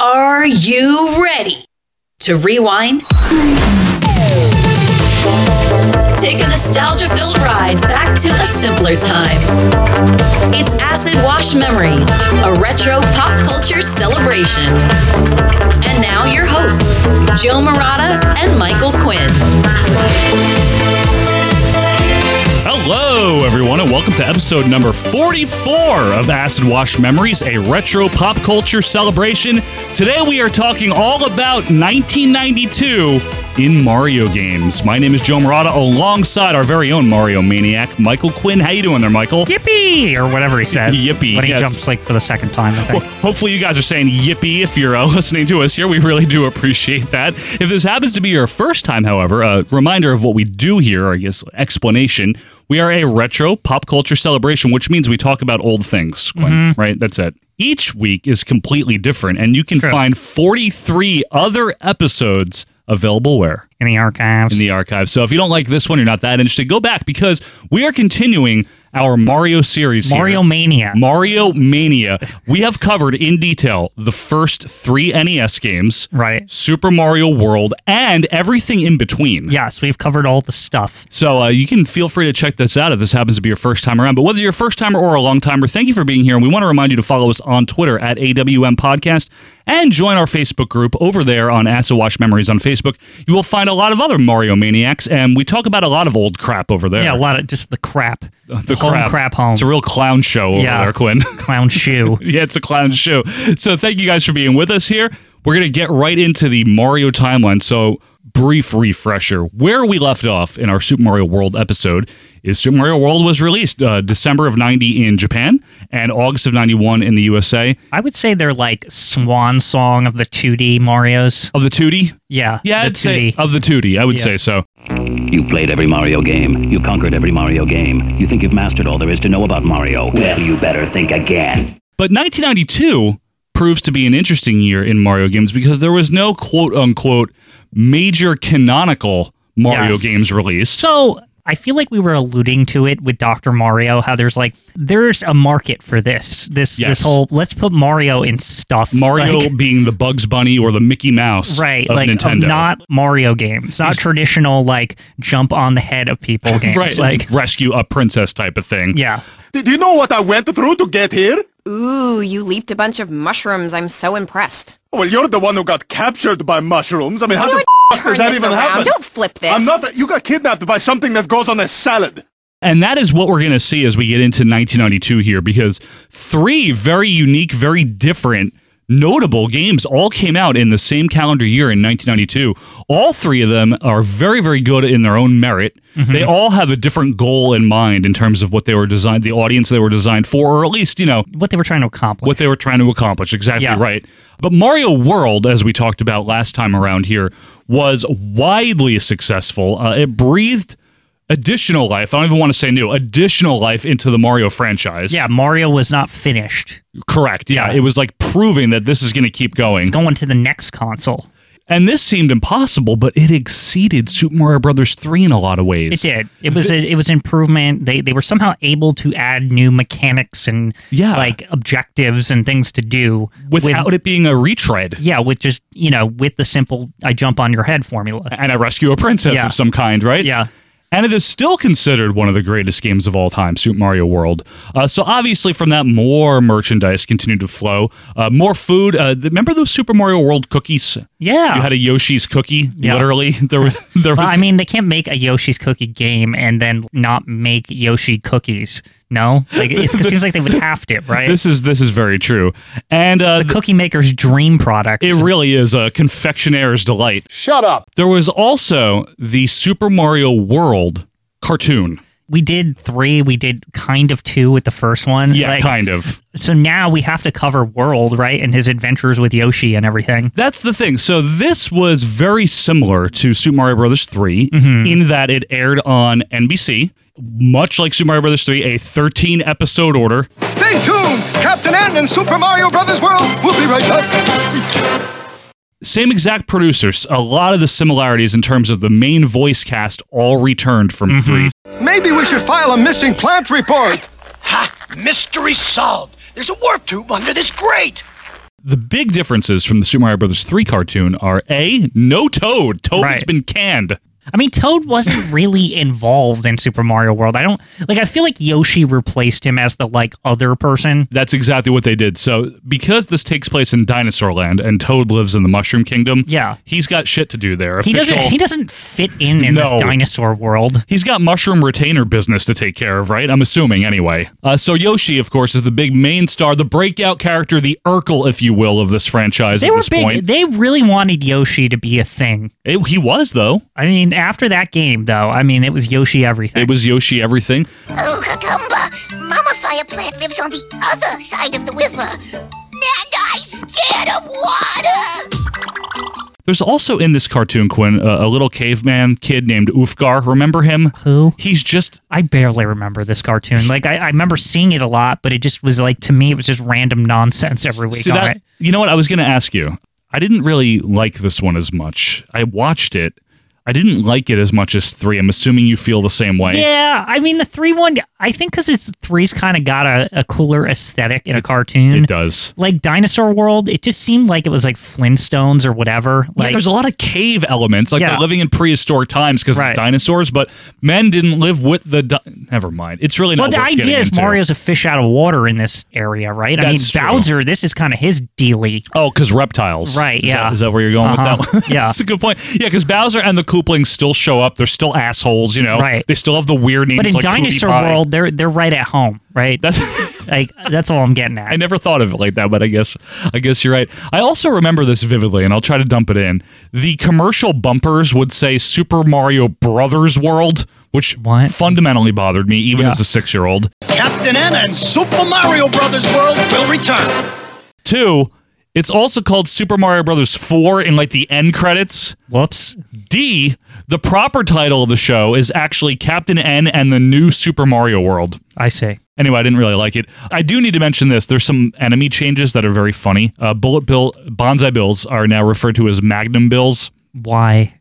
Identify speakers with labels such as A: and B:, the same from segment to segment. A: Are you ready to rewind? Take a nostalgia filled ride back to a simpler time. It's Acid Wash Memories, a retro pop culture celebration. And now, your hosts, Joe Murata and Michael Quinn.
B: Hello, everyone, and welcome to episode number 44 of Acid Wash Memories, a retro pop culture celebration. Today, we are talking all about 1992 in Mario games. My name is Joe Morata, alongside our very own Mario maniac, Michael Quinn. How you doing there, Michael?
C: yippee or whatever he says.
B: Yippee,
C: When he
B: yes.
C: jumps like for the second time, I
B: Well,
C: think.
B: hopefully, you guys are saying yippee if you're uh, listening to us here. We really do appreciate that. If this happens to be your first time, however, a reminder of what we do here, or I guess explanation, we are a retro pop culture celebration, which means we talk about old things, Glenn,
C: Mm-hmm.
B: right? That's it. Each week is completely different, and you can
C: True.
B: find 43 other episodes available where?
C: in the archives.
B: in the archive. So if you don't like this one, you're not that interested, go back because we are continuing our Mario series here.
C: Mario Mania.
B: Mario Mania. We have covered in detail the first three NES games,
C: right.
B: Super Mario World, and everything in between.
C: Yes, we've covered all the stuff.
B: So uh, you can feel free to check this out if this happens to be your first time around. But whether you're a first timer or a long timer, thank you for being here. And we want to remind you to follow us on Twitter at AWM Podcast and join our Facebook group over there on Acid Wash Memories on Facebook. You will find a lot of other Mario Maniacs, and we talk about a lot of old crap over there.
C: Yeah, a lot of just the crap.
B: the
C: home crap, home.
B: It's a real clown show over
C: Yeah.
B: there, Quinn.
C: clown shoe.
B: Yeah, it's a clown show. So thank you guys for being with us here. We're going to get right into the Mario timeline. So, brief refresher. Where we left off in our Super Mario World episode is Super Mario World was released uh, December of 90 in Japan and August of 91 in the USA.
C: I would say they're like swan song of the 2D Marios.
B: Of the 2D?
C: Yeah.
B: Yeah,
C: the
B: I'd say
C: 2D.
B: of the 2D. I would
C: Yeah.
B: say so.
D: You've played every Mario game. You've conquered every Mario game. You think you've mastered all there is to know about Mario. Well, you better think again.
B: But 1992 proves to be an interesting year in Mario games because there was no quote unquote major canonical Mario
C: Yes.
B: games released.
C: so I feel like we were alluding to it with Dr. Mario, how there's like there's a market for this. This
B: Yes.
C: this whole let's put Mario in stuff.
B: Mario
C: like-
B: being the Bugs Bunny or the Mickey Mouse
C: right
B: of
C: like
B: Nintendo.
C: of not mario games not traditional like jump on the head of people games
B: right,
C: like
B: like rescue a princess type of thing.
C: yeah
E: Did you know what I went through to get here?
F: Ooh, you leaped a bunch of mushrooms. I'm so impressed.
E: Well, you're the one who got captured by mushrooms. I mean, how
F: Don't
E: the f-
F: turn
E: does that
F: this
E: even
F: around.
E: happen?
F: Don't flip this.
E: I'm not. You got kidnapped by something that goes on a salad.
B: And that is what we're going to see as we get into 1992 here because three very unique, very different, notable games all came out in the same calendar year in 1992. All three of them are very, very good in their own merit.
C: Mm-hmm.
B: They all have a different goal in mind in terms of what they were designed, the audience they were designed for, or at least, you know,
C: what they were trying to accomplish
B: what they were trying to accomplish. Exactly
C: Yeah.
B: right. But Mario World, as we talked about last time around here, was widely successful. Uh, it breathed additional life. I don't even want to say new, additional life into the Mario franchise.
C: yeah mario was not finished
B: Correct. Yeah.
C: Yeah.
B: It was like proving that this is going to keep going.
C: going to the next console
B: And this seemed impossible, but it exceeded Super Mario Brothers 3 in a lot of ways.
C: it did it was a, it was improvement they they were somehow able to add new mechanics and
B: Yeah.
C: like objectives and things to do with-
B: Without it being a retread.
C: yeah with just you know with the simple i jump on your head formula
B: and I rescue a princess
C: Yeah.
B: of some kind, right?
C: Yeah.
B: And it is still considered one of the greatest games of all time, Super Mario World. Uh, so obviously, from that, more merchandise continued to flow. Uh, more food. Uh, th- remember those Super Mario World cookies?
C: yeah
B: You had a Yoshi's cookie.
C: Yeah.
B: Literally, there was. There was
C: Well, I mean, they can't make a Yoshi's Cookie game and then not make Yoshi cookies. No, like it's, it seems like they would have to, right?
B: this is this is very true, and uh,
C: the cookie maker's dream product.
B: it really is a confectioner's delight. Shut up. There was also the Super Mario World cartoon.
C: we did three. We did kind of two with the first one.
B: Yeah,
C: Like,
B: kind of.
C: So now we have to cover World, right, and his adventures with Yoshi and everything.
B: That's the thing. So this was very similar to Super Mario Brothers 3
C: Mm-hmm.
B: in that it aired on NBC, much like Super Mario Brothers 3, a 13 episode order.
G: Stay tuned! Captain Ant and Super Mario Brothers World will be right back.
B: Same exact producers. A lot of the similarities in terms of the main voice cast all returned from
C: Mm-hmm.
B: 3.
G: Maybe we should file a missing plant report. Ha! Mystery solved. There's a warp tube under this grate.
B: The big differences from the Super Mario Brothers 3 cartoon are A, no Toad. Toad has
C: Right.
B: been canned.
C: I mean, Toad wasn't really involved in Super Mario World. I don't like. I feel like Yoshi replaced him as the like other person.
B: That's exactly what they did. So, because this takes place in Dinosaur Land and Toad lives in the Mushroom Kingdom,
C: Yeah.
B: he's got shit to do there.
C: He
B: Official-
C: doesn't. He doesn't fit in in this
B: No.
C: dinosaur world.
B: He's got mushroom retainer business to take care of, right? I'm assuming, anyway. Uh, so Yoshi, of course, is the big main star, the breakout character, the Urkel, if you will, of this franchise
C: They
B: at
C: were
B: this
C: big.
B: point.
C: They really wanted Yoshi to be a thing.
B: It- he was, though.
C: I mean, after that game, though, I mean, it was Yoshi everything.
B: It was Yoshi everything.
H: Oh, Kakumba, Mama Fire Plant lives on the other side of the river. And I scared of water.
B: There's also in this cartoon, Quinn, uh, a little caveman kid named Ufgar. Remember him?
C: Who?
B: He's just
C: I barely remember this cartoon. Like, I, I remember seeing it a lot, but it just was like to me, it was just random nonsense every week
B: See
C: on
B: that?
C: it.
B: You know what? I was going to ask you. I didn't really like this one as much. I watched it. I didn't like it as much as three. I'm assuming you feel the same way.
C: Yeah, I mean the three one. I think because it's three's kind of got a, a cooler aesthetic in a cartoon.
B: It does.
C: Like Dinosaur World, it just seemed like it was like Flintstones or whatever.
B: Yeah,
C: Like
B: there's a lot of cave elements, like
C: Yeah.
B: they're living in prehistoric times because
C: Right.
B: it's dinosaurs, but men didn't live with the. Di- Never mind. It's really
C: Well,
B: not.
C: the
B: worth getting
C: idea is
B: into.
C: Mario's a fish out of water in this area, right?
B: That's
C: I
B: true.
C: mean, Bowser, this is kind of his dealy.
B: Oh, because reptiles.
C: Right,
B: Is
C: yeah.
B: That, is that where you're going
C: Uh-huh.
B: with that one?
C: Yeah.
B: That's a good point. Yeah, because Bowser and the Kooplings still show up. They're still assholes, you know?
C: Right.
B: They still have the weird names
C: But in
B: like Cootie
C: Dinosaur
B: Pie.
C: World, they're they're right at home, right?
B: That's.
C: like that's all I'm getting at.
B: I never thought of it like that, but I guess I guess you're right. I also remember this vividly, and I'll try to dump it in. The commercial bumpers would say Super Mario Brothers World, which
C: What?
B: fundamentally bothered me, even
C: Yeah.
B: as a six year old.
G: Captain N and Super Mario Brothers World will return.
B: Two, it's also called Super Mario Brothers Four in like the end credits.
C: Whoops.
B: D, the proper title of the show is actually Captain N and the New Super Mario World.
C: I see.
B: Anyway, I didn't really like it. I do need to mention this. There's some enemy changes that are very funny. Uh, bullet bill, bonsai bills are now referred to as magnum bills.
C: Why?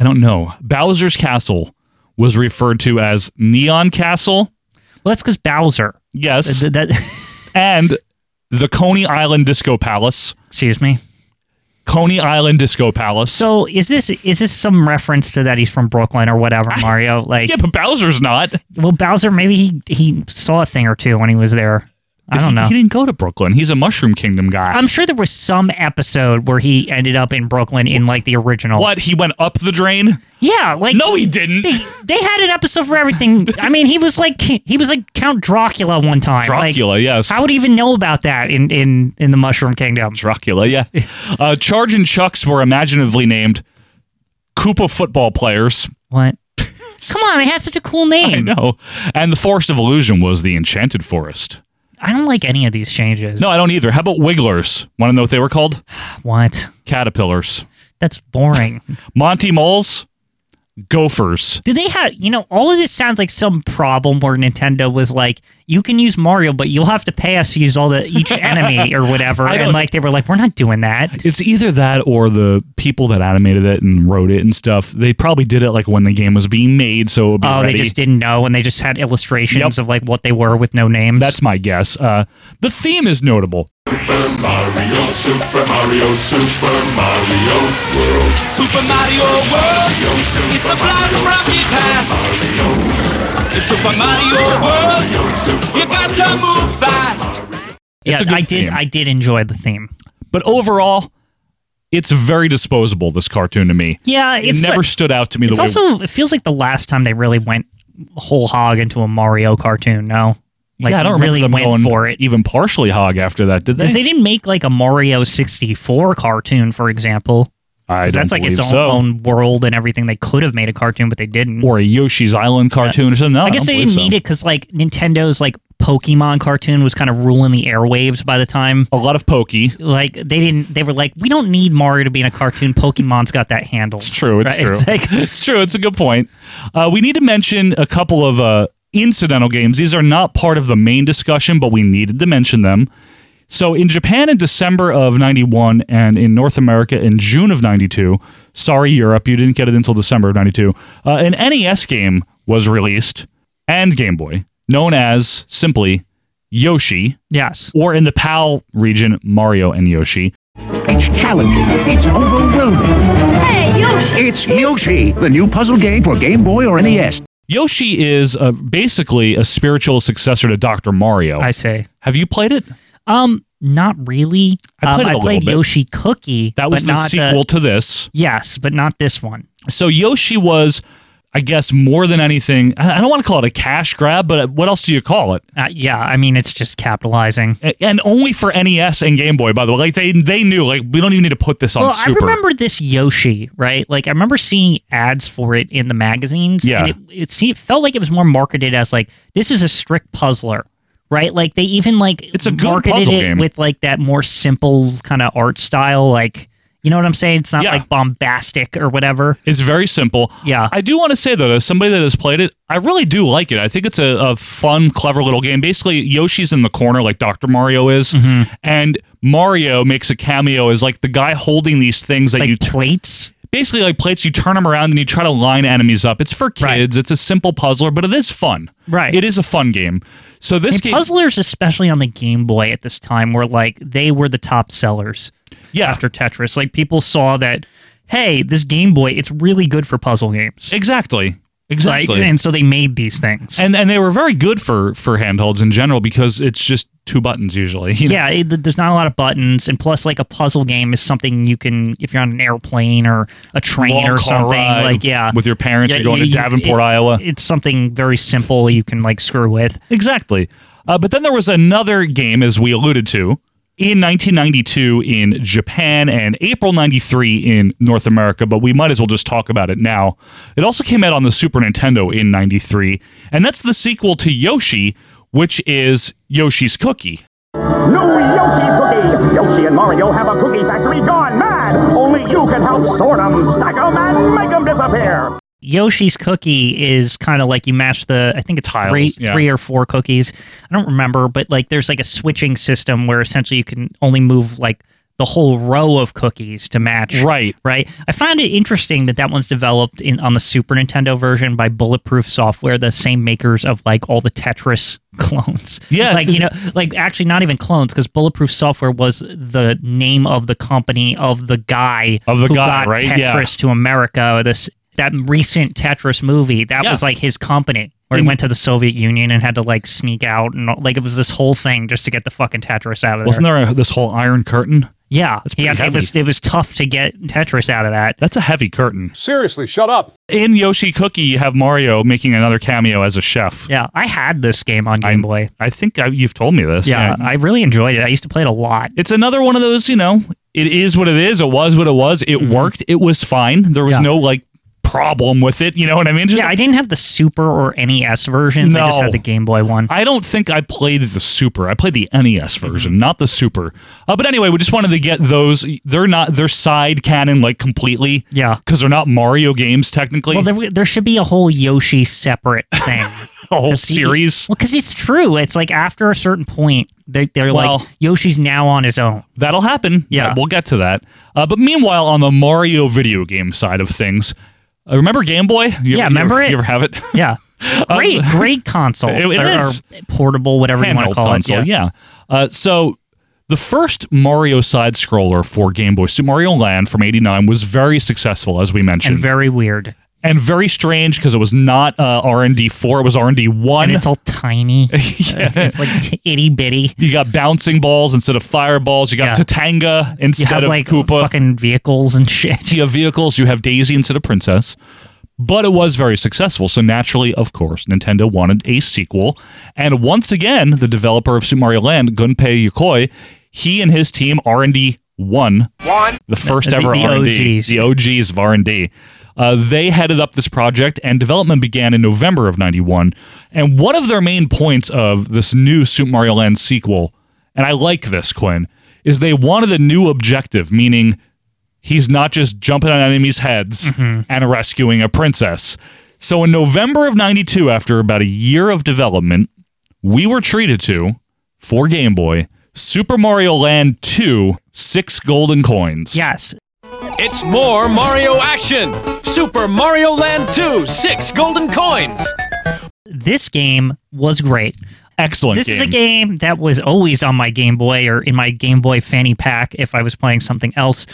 B: I don't know. Bowser's castle was referred to as Neon Castle.
C: Well, that's because Bowser.
B: Yes.
C: Th- that-
B: and the Coney Island Disco Palace.
C: excuse me.
B: Coney Island Disco Palace.
C: So is this is this some reference to that he's from Brooklyn or whatever, Mario? Like,
B: yeah, but Bowser's not.
C: well, Bowser maybe he he saw a thing or two when he was there. I don't
B: He-
C: know.
B: He didn't go to Brooklyn. He's a Mushroom Kingdom guy.
C: I'm sure there was some episode where he ended up in Brooklyn in like the original.
B: what? He went up the drain?
C: Yeah, like
B: No, he didn't.
C: They, they had an episode for everything. I mean, he was like he was like Count Dracula one time. Like,
B: Dracula, yes.
C: How would he even know about that in in in the Mushroom Kingdom?
B: Dracula, yeah. Uh, Charge and Chucks were imaginatively named Koopa football players.
C: What? Come on, it has such a cool
B: I
C: name.
B: know. And the Forest of Illusion was the Enchanted Forest.
C: I don't like any of these changes.
B: No, I don't either. How about Wigglers? Want to know what they were called?
C: what?
B: Caterpillars.
C: That's boring.
B: Monty Moles? Gophers.
C: Do they have, you know, all of this sounds like some problem where Nintendo was like, you can use Mario, but you'll have to pay us to use all the each enemy or whatever.
B: I
C: And
B: don't-
C: like they were like, we're not doing that.
B: It's either that or the people that animated it and wrote it and stuff. They probably did it like when the game was being made, so it would be
C: Oh,
B: ready.
C: they just didn't know, and they just had illustrations of like what they were with no names.
B: That's my guess. Uh, the theme is notable.
I: Super Mario World. It's a blast from your past. It's Super Mario World. You got to move fast.
C: yeah.
B: It's a good
C: I did.
B: theme.
C: I did enjoy the theme.
B: But overall, it's very disposable, this cartoon to me.
C: Yeah,
B: It
C: it's
B: never
C: like-
B: stood out to me the
C: it's
B: way
C: also it feels like the last time they really went whole hog into a Mario cartoon. No, like
B: yeah, I don't
C: really
B: remember them
C: went
B: going
C: for it.
B: even partially hog after that, did they?
C: Because they didn't make like a Mario 64 cartoon, for example.
B: I
C: 'Cause
B: don't
C: that's like its
B: believe so.
C: own, own world and everything. They could have made a cartoon, but they didn't.
B: or a Yoshi's Island cartoon or something. No,
C: I guess
B: don't
C: they
B: believe
C: didn't
B: so.
C: need it because like Nintendo's like Pokemon cartoon was kind of ruling the airwaves by the time.
B: A lot of pokey.
C: Like they didn't. They were like, we don't need Mario to be in a cartoon. Pokemon's got that handled.
B: It's true. It's
C: Right?
B: true.
C: It's like
B: It's true. It's a good point. Uh, we need to mention a couple of uh, incidental games. These are not part of the main discussion, but we needed to mention them. So in Japan in December of 91 and in North America in June of 92, sorry, Europe, you didn't get it until December of 92, uh, an NES game was released and Game Boy known as simply Yoshi,
C: Yes.
B: or in the PAL region, Mario and Yoshi.
J: It's challenging. It's overwhelming. Hey, Yoshi! It's Yoshi, the new puzzle game for Game Boy or E NES.
B: Yoshi is uh, basically a spiritual successor to Dr. Mario.
C: I say.
B: Have you played it?
C: Um, not really.
B: I played
C: um,
B: it a
C: I
B: little
C: played
B: bit.
C: Yoshi Cookie.
B: That was
C: but
B: the
C: not uh,
B: sequel to this.
C: yes, but not this one.
B: So Yoshi was, I guess, more than anything. I I don't want to call it a cash grab, but what else do you call it?
C: Uh, yeah, I mean it's just capitalizing.
B: A- And only for NES and Game Boy, by the way. Like they they knew, like we don't even need to put this on
C: Well,
B: Super.
C: I remember this Yoshi, right? Like I remember seeing ads for it in the magazines.
B: Yeah.
C: and it, it, seemed, felt like it was more marketed as like this is a strict puzzler, right? Like they even like
B: It's a good
C: marketed
B: puzzle
C: it
B: game.
C: with like that more simple kind of art style, like. You know what I'm saying? It's not
B: Yeah.
C: like bombastic or whatever.
B: It's very simple.
C: Yeah.
B: I do want to say though, as somebody that has played it, I really do like it. I think it's a, a fun, clever little game. Basically, Yoshi's in the corner like Dr. Mario is,
C: Mm-hmm.
B: and Mario makes a cameo as like the guy holding these things that
C: Like
B: you
C: plates.
B: basically like plates. You turn them around and you try to line enemies up. It's for
C: Right.
B: kids. It's a simple puzzler, but it is fun.
C: Right.
B: It is a fun game. So this
C: And
B: game,
C: puzzlers, especially on the Game Boy at this time, were like they were the top sellers
B: yeah,
C: after Tetris. Like people saw that, hey, this Game Boy, it's really good for puzzle games.
B: exactly,
C: Like,
B: exactly.
C: and so they made these things.
B: and and they were very good for for handhelds in general because it's just two buttons usually. you know?
C: yeah, it, there's not a lot of buttons, and plus, like a puzzle game is something you can if you're on an airplane or a train
B: Long
C: or
B: car
C: something.
B: ride
C: Like yeah,
B: with your parents,
C: Yeah,
B: you're going to
C: you- you-
B: Davenport,
C: it-
B: Iowa.
C: It's something very simple you can like screw with.
B: Exactly. Uh, but then there was another game, as we alluded to, in 1992 in Japan and April 93 in North America, but we might as well just talk about it now. It also came out on the Super Nintendo in 93, and that's the sequel to Yoshi, which is Yoshi's Cookie.
J: New Yoshi Cookie! Yoshi and Mario have a cookie factory gone mad! Only you can help sort 'em, stack 'em, and make 'em disappear!
C: Yoshi's cookie is kind of like you mash the I think it's
B: Tiles,
C: three
B: yeah.
C: three or four cookies. I don't remember, but like there's like a switching system where essentially you can only move like the whole row of cookies to match.
B: Right.
C: Right. I find it interesting that that one's developed in on the Super Nintendo version by Bulletproof Software, the same makers of like all the Tetris clones.
B: Yes.
C: Like you know, like actually not even clones because Bulletproof Software was the name of the company of the guy
B: Of the
C: who
B: guy,
C: got
B: right? Yeah.
C: Tetris to America. This that recent Tetris movie that
B: Yeah.
C: was like his company where he went to the Soviet Union and had to like sneak out and all- like it was this whole thing just to get the fucking Tetris out of there.
B: Wasn't there a, this whole Iron Curtain?
C: yeah,
B: pretty
C: yeah, it
B: heavy.
C: was it was tough to get Tetris out of that.
B: That's a heavy curtain.
E: Seriously, shut up.
B: In Yoshi Cookie, you have Mario making another cameo as a chef.
C: Yeah, I had this game on Game Boy.
B: I think I, you've told me this.
C: Yeah, I really enjoyed it. I used to play it a lot.
B: it's another one of those, you know, it is what it is. It was what it was. It worked. It was fine. There was
C: Mm-hmm. Yeah.
B: no like problem with it. You know what I mean? Just-
C: Yeah, I didn't have the Super or NES versions. I just
B: No.
C: had the Game Boy one.
B: I don't think I played the Super. I played the NES
C: Mm-hmm.
B: version, not the Super. Uh, but anyway, we just wanted to get those. They're not they're side canon like completely.
C: Yeah.
B: because they're not Mario games technically.
C: Well, there, there should be a whole Yoshi separate thing.
B: a whole
C: 'Cause he-
B: series.
C: well, because it's true. It's like after a certain point, they're, they're
B: Well-
C: like, Yoshi's now on his own.
B: That'll happen.
C: Yeah.
B: we'll get to that. Uh, but meanwhile, on the Mario video game side of things, uh, remember Game Boy? You
C: Yeah,
B: ever-
C: remember
B: you ever,
C: it?
B: You ever have it?
C: Yeah. Great,
B: Uh,
C: great console.
B: It- it
C: or,
B: is.
C: or portable, whatever you want
B: handheld
C: to call
B: console.
C: it.
B: Yeah. Uh, so the first Mario side scroller for Game Boy, Super Mario Land from '89, was very successful, as we mentioned,
C: And
B: and,
C: very weird.
B: very strange because it was not uh, R and D four; it was R and D one.
C: And it's all tiny. It's like t- itty bitty.
B: You got bouncing balls instead of fireballs. You got
C: Yeah.
B: Tatanga
C: You
B: instead
C: have
B: of
C: like
B: Koopa.
C: fucking vehicles and shit.
B: you have vehicles. You have Daisy instead of Princess. But it was very successful. So naturally, of course, Nintendo wanted a sequel. And once again, the developer of Super Mario Land, Gunpei Yokoi, he and his team R&D one, one, the first
C: The-
B: ever
C: the
B: R&D,
C: OGs.
B: the OGs of R&D. Uh, they headed up this project, and development began in November of '91. And one of their main points of this new Super Mario Land sequel, and I like this Quinn, is they wanted a new objective, meaning he's not just jumping on enemies' heads
C: Mm-hmm.
B: and rescuing a princess. So in November of 92, after about a year of development, we were treated to, for Game Boy, Super Mario Land 2, six golden coins.
C: Yes.
I: It's more Mario action. Super Mario Land 2, six golden coins.
C: This game was great.
B: Excellent.
C: This is a game that was always on my Game Boy or in my Game Boy fanny pack if I was playing something else.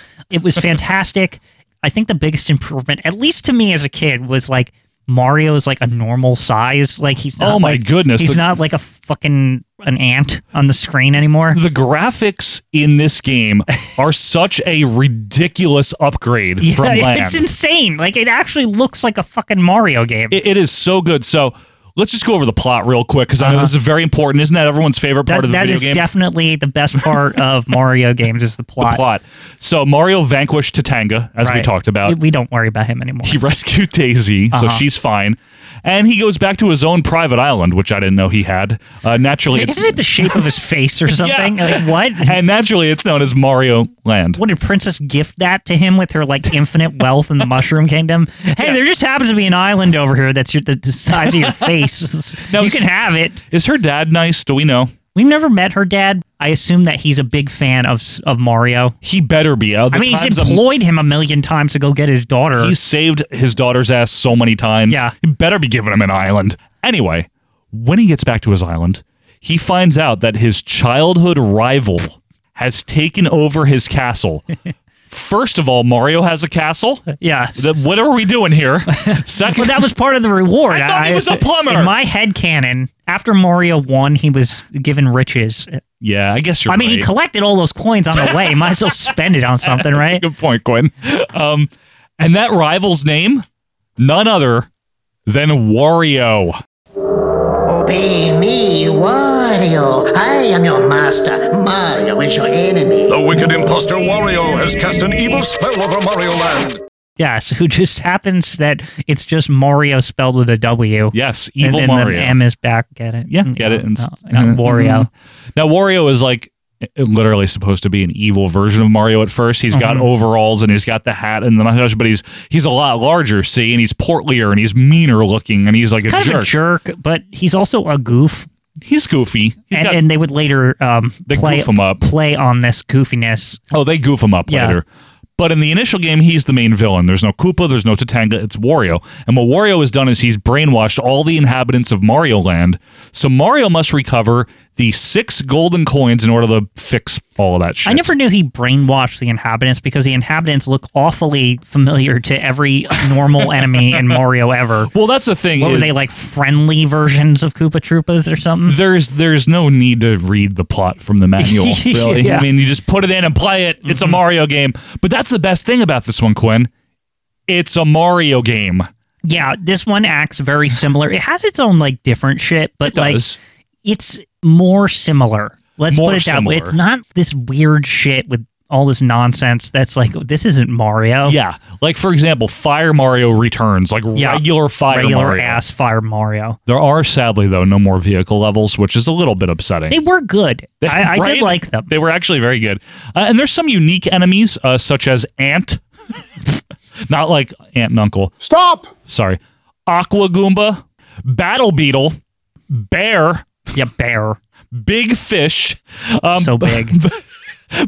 C: It was fantastic. I think the biggest improvement, at least to me as a kid, was like Mario is like a normal size. Like he's not
B: Oh my
C: like-
B: goodness,
C: he's
B: the-
C: not like a fucking an ant on the screen anymore.
B: The graphics in this game are such a ridiculous upgrade
C: Yeah,
B: from last.
C: it's insane. Like it actually looks like a fucking Mario game.
B: It, it is so good. So let's just go over the plot real quick because I know this is very important. Isn't that everyone's favorite part
C: Uh-huh. that
B: of the
C: that
B: video
C: is
B: game?
C: definitely the best part of Mario games is the plot.
B: The plot. So Mario vanquished Tatanga, as we
C: Right.
B: talked about.
C: We, we don't worry about him anymore.
B: he rescued Daisy, so
C: Uh-huh.
B: she's fine. And he goes back to his own private island, which I didn't know he had. Uh, naturally, it's,
C: Isn't it the shape of his face or something? Like what?
B: and naturally, it's known as Mario Land.
C: what did Princess gift that to him with her like infinite wealth in the Mushroom Kingdom? Hey, there just happens to be an island over here that's your, the, the size of your face.
B: Now,
C: you
B: is-
C: can have it.
B: Is her dad nice? Do we know?
C: We've never met her dad. I assume that he's a big fan of of Mario.
B: He better be. Uh, the
C: I mean, he's
B: times I'm-
C: employed him a million times to go get his daughter.
B: He saved his daughter's ass so many times.
C: Yeah.
B: He better be giving him an island. Anyway, when he gets back to his island, he finds out that his childhood rival has taken over his castle. First of all, Mario has a castle.
C: yeah.
B: The- What are we doing here?
C: well,
B: Second,
C: that was part of the reward.
B: I thought he was a plumber.
C: In my head canon, after Mario won, he was given riches.
B: yeah, I guess you're
C: I mean,
B: right.
C: he collected all those coins on the way. Might as well spend it on something,
B: That's
C: right?
B: a good point, Gwen. Um, and that rival's name, none other than Wario.
K: Obey me, Wario. I am your master. Mario is your enemy.
G: The wicked imposter Wario has cast an evil spell over Mario Land.
C: Yes, who just happens that it's just Mario spelled with a W.
B: Yes,
C: And-
B: evil
C: and,
B: Mario.
C: then M is back. Get it?
B: Yeah, get it. mm-hmm. And,
C: no, and Wario.
B: Now Wario is like literally supposed to be an evil version of Mario at first. He's
C: Mm-hmm.
B: got overalls and he's got the hat and the mustache, but he's he's a lot larger, see, and he's portlier and he's meaner looking and he's like a
C: Kind
B: jerk.
C: of a jerk, but he's also a goof.
B: He's goofy. He's
C: And,
B: got-
C: and they would later um,
B: They
C: play,
B: goof him up.
C: play on this goofiness.
B: oh, they goof him up
C: Yeah.
B: later. But in the initial game, he's the main villain. There's no Koopa, there's no Tatanga, it's Wario. And what Wario has done is he's brainwashed all the inhabitants of Mario Land. So Mario must recover the six golden coins in order to fix all of that shit.
C: I never knew he brainwashed the inhabitants because the inhabitants look awfully familiar to every normal enemy in Mario ever.
B: Well, that's the thing.
C: What were
B: is-
C: they like friendly versions of Koopa Troopas or something?
B: there's there's no need to read the plot from the manual. Really,
C: Yeah. Mm-hmm.
B: I mean, you just put it in and play it. It's a Mario game. But that's the best thing about this one, Quinn. It's a Mario game.
C: Yeah, this one acts very similar. It has its own like different shit, but like
B: does.
C: it's more similar. Let's
B: More
C: put it that
B: similar.
C: way. It's not this weird shit with all this nonsense that's like this isn't Mario.
B: Yeah, like for example, Fire Mario Returns, like
C: Yeah.
B: regular Fire
C: regular
B: Mario.
C: ass Fire Mario.
B: There are sadly though no more vehicle levels, which is a little bit upsetting.
C: They were good. I, I
B: Right?
C: did like them.
B: They were actually very good. Uh, and there's some unique enemies, uh, such as Ant, not like Aunt and Uncle.
E: Stop!
B: sorry, Aqua Goomba, Battle Beetle, Bear,
C: yeah, bear
B: Big Fish, um,
C: so big.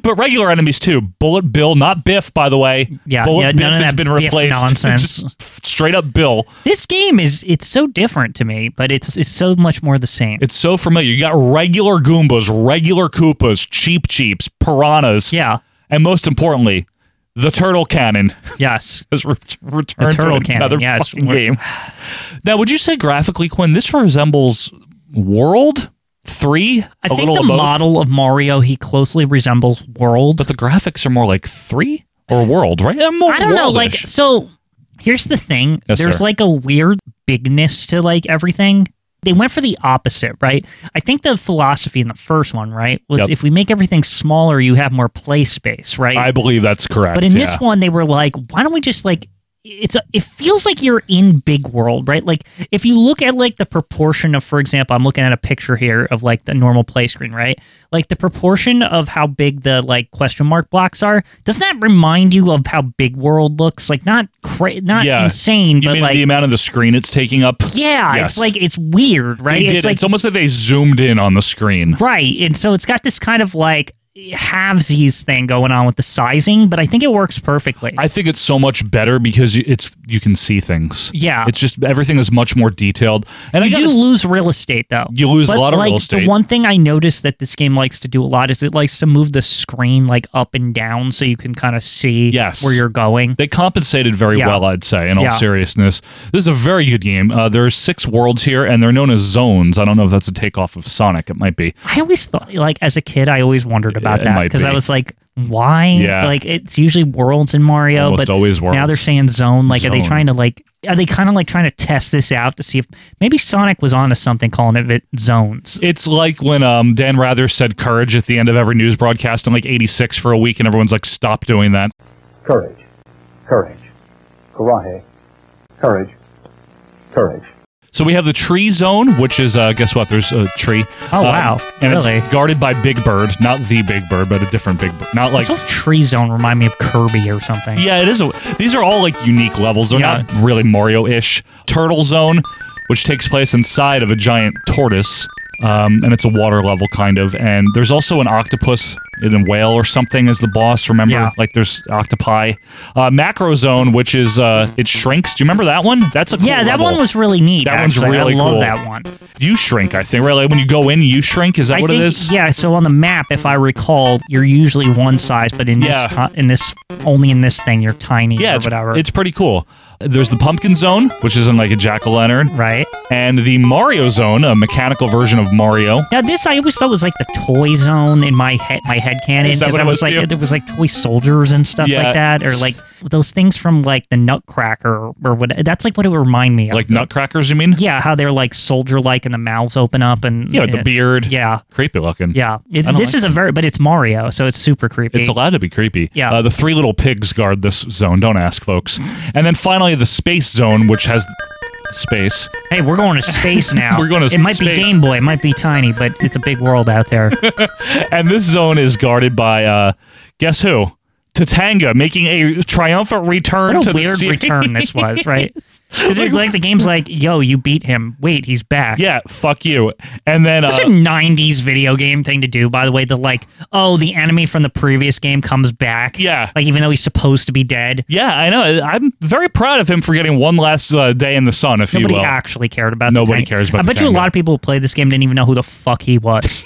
B: but regular enemies too. Bullet Bill, not Biff, by the way.
C: Yeah,
B: Bullet
C: yeah,
B: Biff
C: none of
B: has
C: that
B: been
C: Biff
B: replaced.
C: nonsense.
B: Just straight up Bill.
C: this game is it's so different to me, but it's it's so much more the same.
B: It's so familiar. You got regular Goombas, regular Koopas, Cheap Cheeps, Piranhas,
C: yeah.
B: and most importantly, the Turtle Cannon
C: Yes.
B: has re- returned
C: The Turtle
B: to
C: Cannon,
B: another
C: yeah, it's
B: fucking
C: more-
B: game. Now, would you say graphically, Quinn, this resembles World Three?
C: I
B: A
C: think
B: little
C: the
B: of both?
C: model of Mario he closely resembles World.
B: but the graphics are more like three or world, right? I'm more
C: I don't know. Like,
B: world-ish.
C: so here's the thing.
B: Yes,
C: There's
B: sir.
C: like a weird bigness to like everything. They went for the opposite, right? I think the philosophy in the first one, right, was
B: Yep.
C: if we make everything smaller, you have more play space, right?
B: I believe that's correct.
C: but in
B: yeah.
C: this one, they were like, why don't we just like it's a, it feels like you're in big world, right? Like if you look at like the proportion of, for example, I'm looking at a picture here of like the normal play screen, right? Like the proportion of how big the like question mark blocks are. Doesn't that remind you of how big world looks? Like not cra- not
B: Yeah.
C: insane,
B: you
C: but
B: mean
C: like
B: the amount of the screen it's taking up?
C: yeah,
B: Yes.
C: it's like it's weird,
B: They
C: right?
B: did.
C: It's like
B: it's almost like they zoomed in on the screen.
C: right, and so it's got this kind of like halvesies thing going on with the sizing, but I think it works perfectly.
B: I think it's so much better because you- it's you can see things.
C: Yeah.
B: it's just everything is much more detailed, and
C: And you
B: I
C: do
B: gotta-
C: lose real estate though.
B: You lose a
C: But,
B: lot of
C: like,
B: real estate.
C: The one thing I noticed that this game likes to do a lot is it likes to move the screen like up and down so you can kind of see
B: Yes.
C: where you're going.
B: They compensated very
C: Yeah.
B: well, I'd say, in all
C: Yeah.
B: seriousness. This is a very good game. Uh, there are six worlds here, and they're known as zones. I don't know if that's a takeoff of Sonic. It might be.
C: I always thought like as a kid I always wondered about
B: It
C: that
B: might
C: because I
B: be.
C: was like why?
B: Yeah.
C: Like it's usually worlds in Mario
B: Almost
C: but
B: always
C: now they're
B: worlds.
C: saying zone like are they
B: Zone.
C: trying to like are they kind of like trying to test this out to see if maybe Sonic was onto something calling it vi- zones.
B: It's like when um, Dan Rather said courage at the end of every news broadcast in like 86 for a week, and everyone's like, stop doing that.
L: Courage. Courage. Coraje. Courage. Courage.
B: So we have the tree zone, which is, uh, guess what? There's a tree.
C: Oh,
B: Um,
C: wow.
B: And
C: Really?
B: it's guarded by Big Bird. Not the Big Bird, but a different Big Bird. Not like.
C: This whole tree zone remind me of Kirby or something.
B: Yeah, it is. A, these are all like unique levels. They're
C: Yeah.
B: not really Mario ish. Turtle Zone, which takes place inside of a giant tortoise, um, and it's a water level kind of. And there's also an octopus and a whale or something as the boss. Remember,
C: Yeah.
B: like there's octopi. Uh, macro Zone, which is uh, it shrinks. Do you remember that one? That's a cool
C: Yeah, that
B: level.
C: one was really neat.
B: That one's
C: actually.
B: really
C: I love
B: cool.
C: that one.
B: You shrink, I think. Right, like when you go in, you shrink. Is that
C: I
B: what
C: think,
B: it is?
C: Yeah. So on the map, if I recall, you're usually one size, but in
B: Yeah.
C: this ti- in this only in this thing, you're tiny
B: Yeah,
C: or
B: it's,
C: whatever.
B: it's pretty cool. There's the pumpkin zone, which is in like a jack o' lantern,
C: right?
B: And the Mario zone, a mechanical version of Mario.
C: now this I always thought was like the toy zone in my head, my head canon
B: Is that
C: because
B: what
C: I
B: it
C: was,
B: was
C: like
B: to you?
C: there was like toy soldiers and stuff
B: Yeah.
C: like that, or like those things from like the Nutcracker or what. That's like what it would remind me of.
B: Like nutcrackers, you mean?
C: yeah, how they're like soldier like and the mouths open up and
B: Yeah, with the beard.
C: Yeah,
B: Creepy looking.
C: yeah. It-
B: I don't
C: this
B: like
C: is a
B: that.
C: very, but it's Mario, so it's super creepy.
B: It's allowed to be creepy.
C: Yeah.
B: Uh, the three little pigs guard this zone. Don't ask, folks. And then finally, the space zone, which has space.
C: Hey, we're going to space now.
B: We're going to
C: It might
B: space.
C: be Game Boy, it might be tiny, but it's a big world out there.
B: And this zone is guarded by, uh, guess who? Tatanga making a triumphant return
C: What
B: to
C: a
B: the
C: weird
B: series.
C: return this was, right? Because like the game's like, yo, you beat him. Wait, he's back.
B: Yeah, fuck you. And then
C: Such
B: uh,
C: a '90s video game thing to do, by the way. The like, oh, the enemy from the previous game comes back.
B: Yeah.
C: like even though he's supposed to be dead,
B: yeah, I know. I'm very proud of him for getting one last uh, day in the sun, if
C: nobody
B: you will.
C: actually cared about.
B: Nobody
C: Tatanga.
B: cares about
C: I bet you a
B: Tatanga.
C: lot of people who played this game didn't even know who the fuck he was.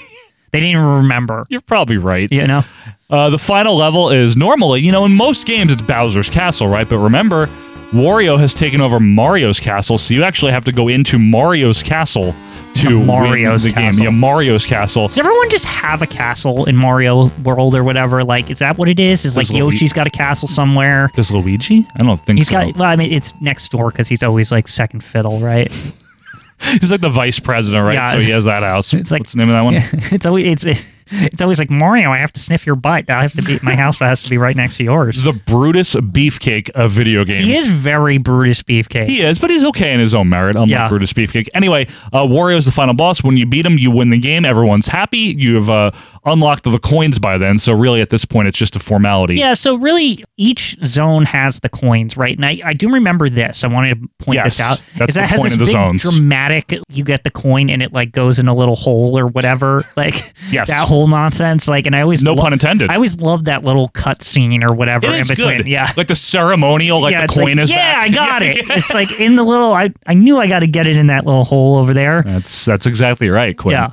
C: they didn't even remember.
B: You're probably right.
C: You know,
B: Uh, the final level is normally, you know, in most games it's Bowser's Castle, right? But remember, Wario has taken over Mario's Castle, so you actually have to go into Mario's Castle to win
C: Mario's
B: the
C: Castle.
B: game. Yeah, Mario's Castle.
C: Does everyone just have a castle in Mario World or whatever? Like, is that what it is? Is like
B: Does Lu-
C: Yoshi's got a castle somewhere?
B: Does Luigi? I don't think
C: He's
B: so.
C: got. Well, I mean, it's next door because he's always like second fiddle, right?
B: He's like the vice president, right?
C: Yeah,
B: so he has that house.
C: it's like-
B: What's the name of that one?
C: it's always it's it's always like Mario. I have to sniff your butt. I have to be my house has to be right next to yours.
B: The Brutus Beefcake of video games.
C: He is very Brutus Beefcake.
B: He is, but he's okay in his own merit, unlike
C: Yeah.
B: Brutus Beefcake. Anyway, uh, Wario's the final boss. When you beat him, you win the game. Everyone's happy. You've uh, unlocked the coins by then. So really, at this point, it's just a formality.
C: Yeah, so really each zone has the coins, right? And I, I do remember this. I wanted to point
B: Yes,
C: this out.
B: that's
C: is that
B: the
C: has
B: point
C: this
B: of the
C: big
B: zones.
C: dramatic you get the coin and it like goes in a little hole or whatever. Like
B: Yes.
C: that whole nonsense. Like and I always
B: No
C: lo-
B: pun intended.
C: I always loved that little cut scene or whatever
B: It is
C: in between.
B: good.
C: Yeah.
B: Like the ceremonial, like
C: yeah,
B: the
C: it's
B: coin
C: like,
B: is
C: yeah,
B: back.
C: I got it.
B: Yeah.
C: It's like in the little. I, I knew I got to get it in that little hole over there.
B: That's that's exactly right, Quinn.
C: Yeah.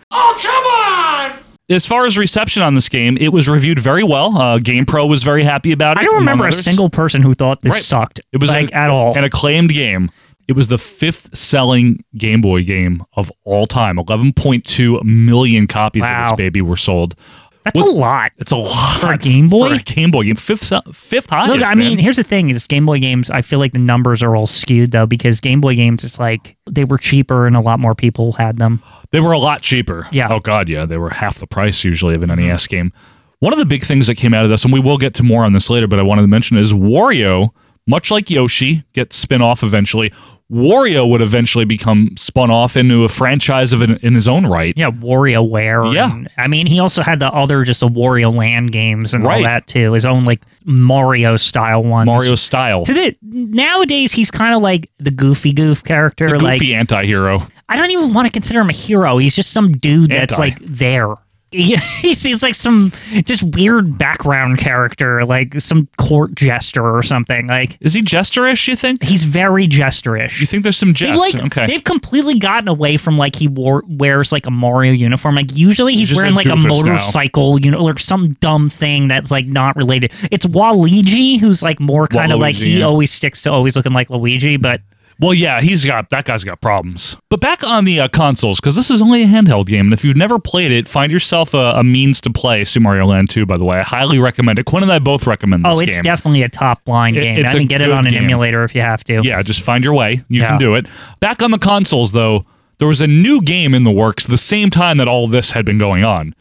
B: As far as reception on this game, it was reviewed very well. Uh, GamePro was very happy about it.
C: I don't
B: among
C: remember a
B: others.
C: single person who thought this
B: Right.
C: sucked.
B: It was
C: like
B: a-
C: at all.
B: An acclaimed game. It was the fifth selling Game Boy game of all time. 11.2 million copies of
C: Wow.
B: this baby were sold.
C: That's a lot.
B: It's a lot
C: For a Game Boy?
B: For a Game Boy game, fifth se- fifth highest.
C: Look, I
B: man.
C: mean, here's the thing: is Game Boy games. I feel like the numbers are all skewed though, because Game Boy games, it's like they were cheaper and a lot more people had them.
B: they were a lot cheaper.
C: Yeah. Mm-hmm.
B: Oh God, yeah, they were half the price usually of an NES game. One of the big things that came out of this, and we will get to more on this later, but I wanted to mention is Wario. Much like Yoshi gets spin off eventually, Wario would eventually become spun off into a franchise of in, in his own right.
C: Yeah, WarioWare.
B: Yeah.
C: and- I mean, he also had the other just the Wario Land games and all
B: Right.
C: that too. His own like Mario style ones.
B: Mario style.
C: To the, nowadays, he's kind of like the goofy goof character.
B: the
C: like
B: goofy anti-hero.
C: I don't even want to consider him a hero. He's just some dude that's
B: Anti.
C: like there. yeah, he's, he's like some just weird background character, like some court jester or something. Like,
B: is he jesterish? You think
C: he's very jesterish?
B: You think there's some jest?
C: They, like,
B: okay.
C: They've completely gotten away from like he wore, wears like a Mario uniform. Like usually he's,
B: just
C: wearing
B: a
C: like a
B: doofus now.
C: motorcycle, you know, or some dumb thing that's like not related. It's Waluigi who's like more kind of like
B: Waluigi,
C: he
B: yeah.
C: always sticks to always looking like Luigi, but
B: Well, yeah, he's got that guy's got problems. But back on the uh, consoles, because this is only a handheld game, and if you've never played it, find yourself a, a means to play Super Mario Land 2. By the way, I highly recommend it. Quinn and I both recommend this
C: oh, it's
B: game.
C: definitely a top line
B: It-
C: game.
B: it's
C: I
B: a
C: can get it
B: good
C: on an
B: game.
C: emulator if you have to.
B: Yeah, just find your way. You
C: Yeah.
B: can do it. Back on the consoles, though, there was a new game in the works the same time that all this had been going on.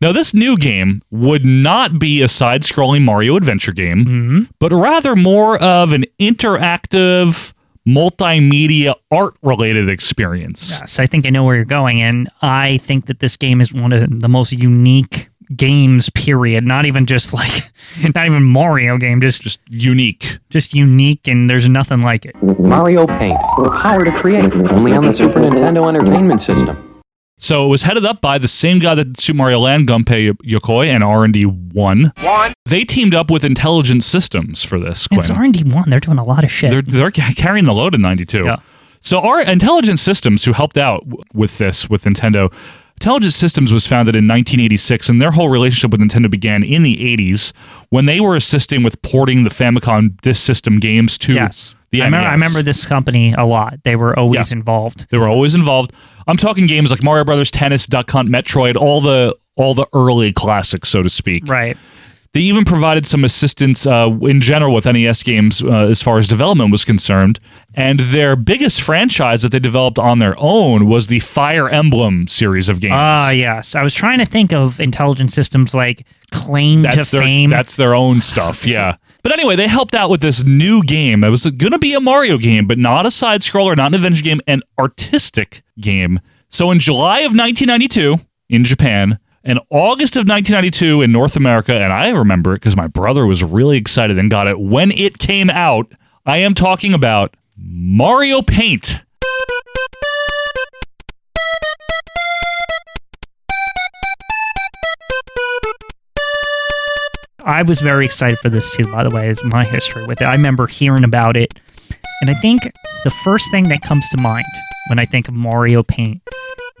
B: Now, this new game would not be a side scrolling Mario adventure game,
C: Mm-hmm.
B: but rather more of an interactive, multimedia, art related experience.
C: Yes, I think I know where you're going, and I think that this game is one of the most unique games. Period. Not even just like, not even Mario game. Just
B: just unique.
C: Just unique, and there's nothing like it.
M: Mario Paint, the power to create, only on the Super Nintendo Entertainment System.
B: So it was headed up by the same guy that did Super Mario Land, Gunpei Yokoi, and R&D 1.
C: One.
B: They teamed up with Intelligent Systems for this, Quinn.
C: It's R and D one. They're doing a lot of shit.
B: They're, they're ca- carrying the load in 92. So our Intelligent Systems, who helped out w- with this with Nintendo, Intelligent Systems was founded in 1986, and their whole relationship with Nintendo began in the 80s when they were assisting with porting the Famicom disk system games to
C: yes.
B: the E
C: I remember, I
B: NES.
C: remember this company a lot. They were always
B: Yeah.
C: involved.
B: They were always involved. I'm talking games like Mario Brothers, Tennis, Duck Hunt, Metroid, all the all the early classics, so to speak.
C: Right.
B: They even provided some assistance uh, in general with NES games uh, as far as development was concerned. And their biggest franchise that they developed on their own was the Fire Emblem series of games.
C: Ah, yes. I was trying to think of intelligent systems like claim
B: that's
C: to
B: their
C: fame.
B: that's their own stuff. yeah. But anyway, they helped out with this new game that was going to be a Mario game, but not a side scroller, not an adventure game, an artistic game. So in July of 1992 in Japan and August of 1992 in North America, and I remember it because my brother was really excited and got it when it came out. I am talking about Mario Paint.
C: I was very excited for this too, by the way, is my history with it. I remember hearing about it. And I think the first thing that comes to mind when I think of Mario Paint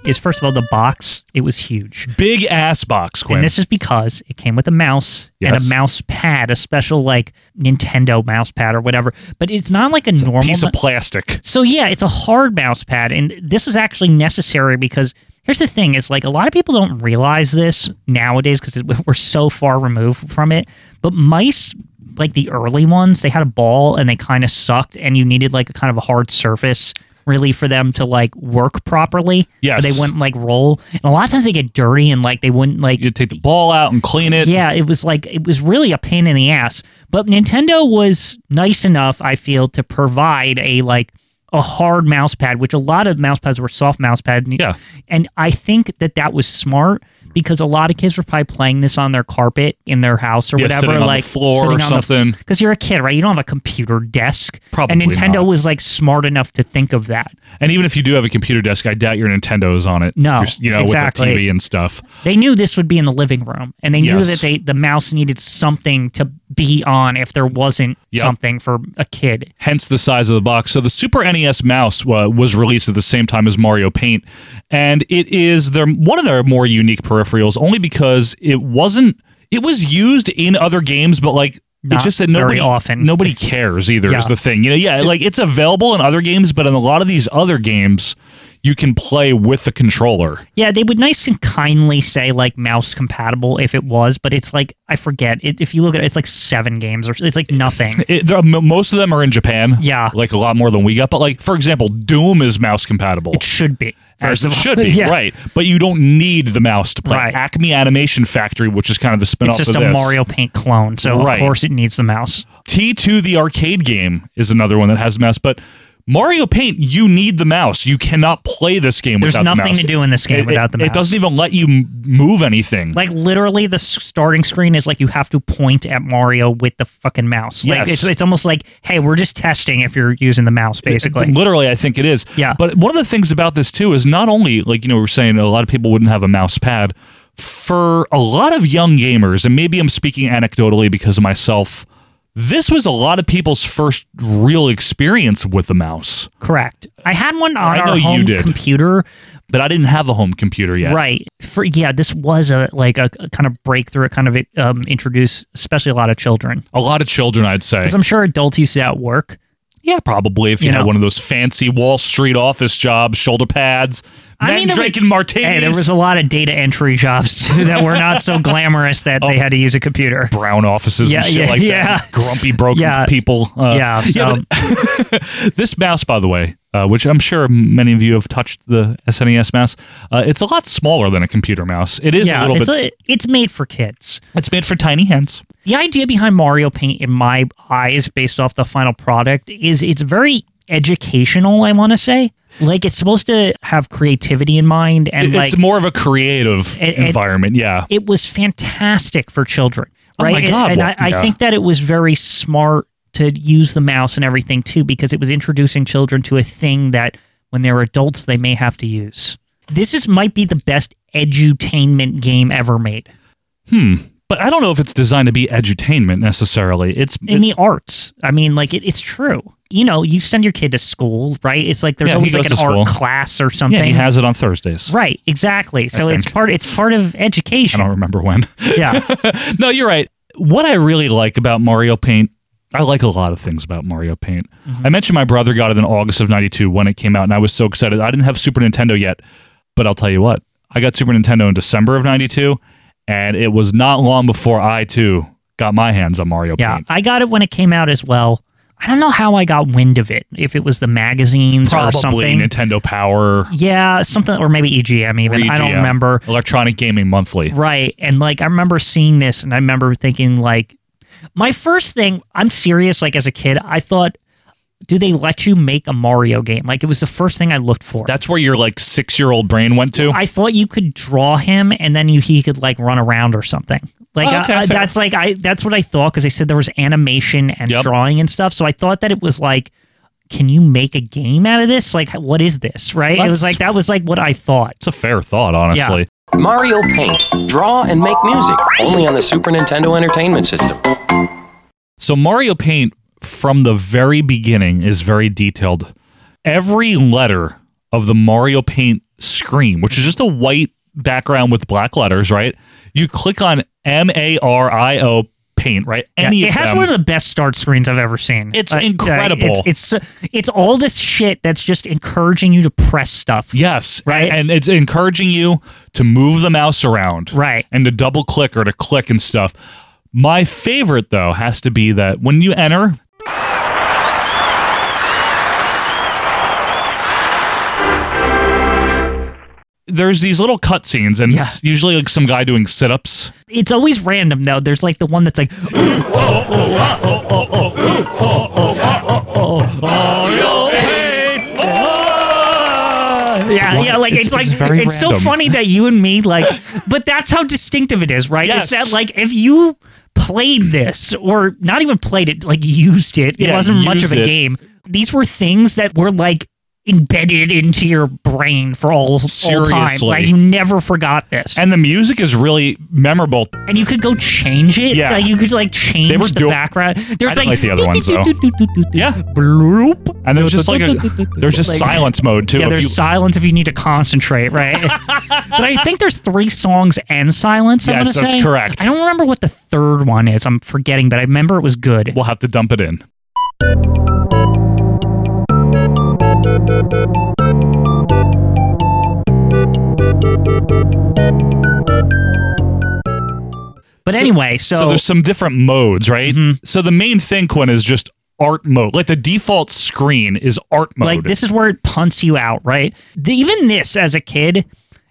C: is first of all the box. It was huge.
B: Big ass box, Quinn.
C: And this is because it came with a mouse and
B: Yes.
C: a mouse pad, a special like Nintendo mouse pad or whatever. But it's not like a normal
B: piece of
C: mou-
B: plastic.
C: so yeah, it's a hard mouse pad, and this was actually necessary because here's the thing: is like a lot of people don't realize this nowadays because we're so far removed from it. But mice, like the early ones, they had a ball and they kind of sucked, and you needed like a kind of a hard surface really for them to like work properly.
B: Yes.
C: they wouldn't like roll, and a lot of times they get dirty and like they wouldn't like
B: you take the ball out and clean it.
C: Yeah, it was like it was really a pain in the ass. But Nintendo was nice enough, I feel, to provide a like a hard mouse pad, which a lot of mouse pads were soft mouse pad. Yeah. And I think that that was smart because a lot of kids were probably playing this on their carpet in their house or
B: Yeah,
C: whatever,
B: sitting on the
C: like
B: floor or something.
C: Because you're a kid, right? You don't have a computer desk.
B: Probably
C: And Nintendo
B: not.
C: was like smart enough to think of that.
B: And even if you do have a computer desk, I doubt your Nintendo is on it.
C: No,
B: Your s- you know,
C: exactly.
B: with the TV and stuff.
C: They knew this would be in the living room, and they knew
B: Yes.
C: that they the mouse needed something to be on if there wasn't
B: Yep.
C: something for a kid.
B: Hence the size of the box. So the Super NES mouse uh, was released at the same time as Mario Paint, and it is their one of their more unique peripherals, only because it wasn't. It was used in other games, but like
C: Not
B: it's just that
C: very
B: nobody
C: often.
B: nobody cares either is
C: Yeah.
B: the thing. You know, yeah, like it's available in other games, but in a lot of these other games, you can play with the controller.
C: Yeah, they would nice and kindly say like mouse compatible if it was, but it's like I forget. It, if you look at it, it's like seven games or it's like nothing.
B: It, there are, m- most of them are in Japan.
C: Yeah.
B: Like a lot more than we got. But like, for example, Doom is mouse compatible. It
C: should be.
B: As
C: first
B: it
C: of all.
B: should be,
C: Yeah.
B: right. But you don't need the mouse to play.
C: Right.
B: Acme Animation Factory, which is kind of the spin
C: It's
B: off
C: just
B: of
C: a
B: this.
C: Mario Paint clone, so
B: Right.
C: of course it needs the mouse.
B: T2, the arcade game, is another one that has mouse. But Mario Paint, you need the mouse. You cannot play this game
C: There's
B: without the mouse.
C: nothing to do in this game
B: It- it-
C: without the
B: It
C: mouse.
B: doesn't even let you m- move anything.
C: Like literally, the s- starting screen is like you have to point at Mario with the fucking mouse. Like
B: Yes.
C: it's, it's almost like, hey, we're just testing if you're using the mouse, basically.
B: Literally, I think it is. Yeah. But one of the things about this too is not only like you know we're saying a lot of people wouldn't have a mouse pad. for a lot of young gamers, and maybe I'm speaking anecdotally because of myself, this was a lot of people's first real experience with the mouse.
C: Correct. I had one on
B: I know
C: our home
B: you did.
C: computer,
B: but I didn't have a home computer yet.
C: Right. For yeah, this was a like a, a kind of breakthrough. It kind of um, introduced, especially a lot of children.
B: A lot of children, I'd say.
C: Because I'm sure adults used it at work.
B: Yeah, probably if you,
C: You
B: had
C: know.
B: one of those fancy Wall Street office jobs, shoulder pads, mandrake
C: there
B: and
C: was-
B: martinis.
C: Hey, there was a lot of data entry jobs too that were not so glamorous that
B: Oh.
C: they had to use a computer.
B: Brown offices
C: Yeah,
B: and shit
C: yeah,
B: like
C: yeah.
B: that. Grumpy, broken
C: Yeah.
B: people. Uh,
C: Yeah, so-
B: but- this mouse, by the way, uh, which I'm sure many of you have touched the SNES mouse, uh, it's a lot smaller than a computer mouse. It is a
C: yeah,
B: little
C: it's
B: bit. s-
C: it's made for kids.
B: It's made for tiny hands.
C: The idea behind Mario Paint, in my eyes, based off the final product, is it's very educational. I want to say, like it's supposed to have creativity in mind, and
B: it's
C: like
B: more of a creative
C: It- it-
B: environment. yeah.
C: it was fantastic for children.
B: Oh
C: Right?
B: my
C: And-
B: God,
C: And,
B: well,
C: I,
B: yeah.
C: I think that it was very smart to use the mouse and everything too, because it was introducing children to a thing that when they're adults they may have to use. This is might be the best edutainment game ever made
B: hmm. But I don't know if it's designed to be edutainment necessarily. It's
C: in the arts. I mean, like it, it's true. You know, you send your kid to school, right? It's like there's
B: Yeah, he
C: always like an
B: goes
C: art
B: to school.
C: class or something.
B: yeah, he has it on Thursdays.
C: right, exactly. So it's
B: think.
C: part it's part of
B: I
C: education.
B: don't remember when.
C: Yeah.
B: no, you're right. What I really like about Mario Paint, I like a lot of things about Mario Paint.
C: Mm-hmm.
B: I mentioned my brother got it in August of 92 when it came out, and I was so excited. I didn't have Super Nintendo yet, but I'll tell you what, I got Super Nintendo in December of 92, and it was not long before I, too, got my hands on Mario
C: Yeah,
B: Paint.
C: I got it when it came out as well. I don't know how I got wind of it. If it was the magazines or
B: Probably
C: something.
B: Nintendo Power.
C: yeah, something or maybe EGM
B: or
C: even. I don't
B: EGM,
C: remember.
B: Electronic Gaming Monthly.
C: Right. And like I remember seeing this and I remember thinking like my first thing, I'm serious like as a kid, I thought do they let you make a Mario game? Like it was the first thing I looked for.
B: That's where your like six year old brain went to.
C: I thought you could draw him and then you, he could like run around or something. Like
B: Oh, okay,
C: I- I-
B: fair.
C: that's like I that's what I thought because they said there was animation and
B: Yep.
C: drawing and stuff. So I thought that it was like, can you make a game out of this? Like what is this? Right? it
B: That's-
C: was like that was like what I thought.
B: it's a fair thought, honestly.
M: Mario Paint. Draw and make music. Only on the Super Nintendo Entertainment System.
B: So Mario Paint from the very beginning is very detailed. Every letter of the Mario Paint screen, which is just a white background with black letters, right? You click on M A R I O paint, right? E
C: Yeah,
B: Any
C: it
B: of
C: has
B: them.
C: one of the best start screens I've ever seen.
B: It's
C: yeah,
B: incredible.
C: It's, it's it's all this shit that's just encouraging you to press stuff.
B: Yes.
C: Right?
B: And it's encouraging you to move the mouse around.
C: Right.
B: And to double click or to click and stuff. My favorite though has to be that when you enter, there's these little cutscenes and it's usually like some guy doing sit-ups.
C: It's always random though. There's like the one that's like, yeah,
B: What?
C: yeah, like it's,
B: It's-
C: like
B: it's
C: it's,
B: very
C: so
B: random.
C: funny that you and me like, but that's how distinctive it is, right?
B: Yes.
C: Is that like if you played this or not even played it, like used it, it
B: Yeah,
C: wasn't much
B: used
C: of a
B: it.
C: game. These were things that were like embedded into your brain for all, all time.
B: Seriously.
C: Like you never forgot this.
B: And the music is really memorable.
C: and you could go change it.
B: Yeah.
C: Like you could like change
B: They were
C: the
B: doing-
C: background. There's
B: I didn't like the other ones, though. Yeah.
C: Bloop.
B: And there's just like a, there's just
C: Like-
B: silence mode too.
C: Yeah,
B: if
C: there's
B: you-
C: silence if you need to concentrate, right? but I think there's three songs and silence. I
B: Yes,
C: wanna
B: that's
C: say.
B: correct.
C: I don't remember what the third one is. I'm forgetting, but I remember it was good.
B: we'll have to dump it in.
C: But anyway, so, Mm-hmm.
B: there's some different modes, right? So the main thing, Quinn, is just art mode. Like the default screen is art mode.
C: like this is where it punts you out, right? The, even this, as a kid,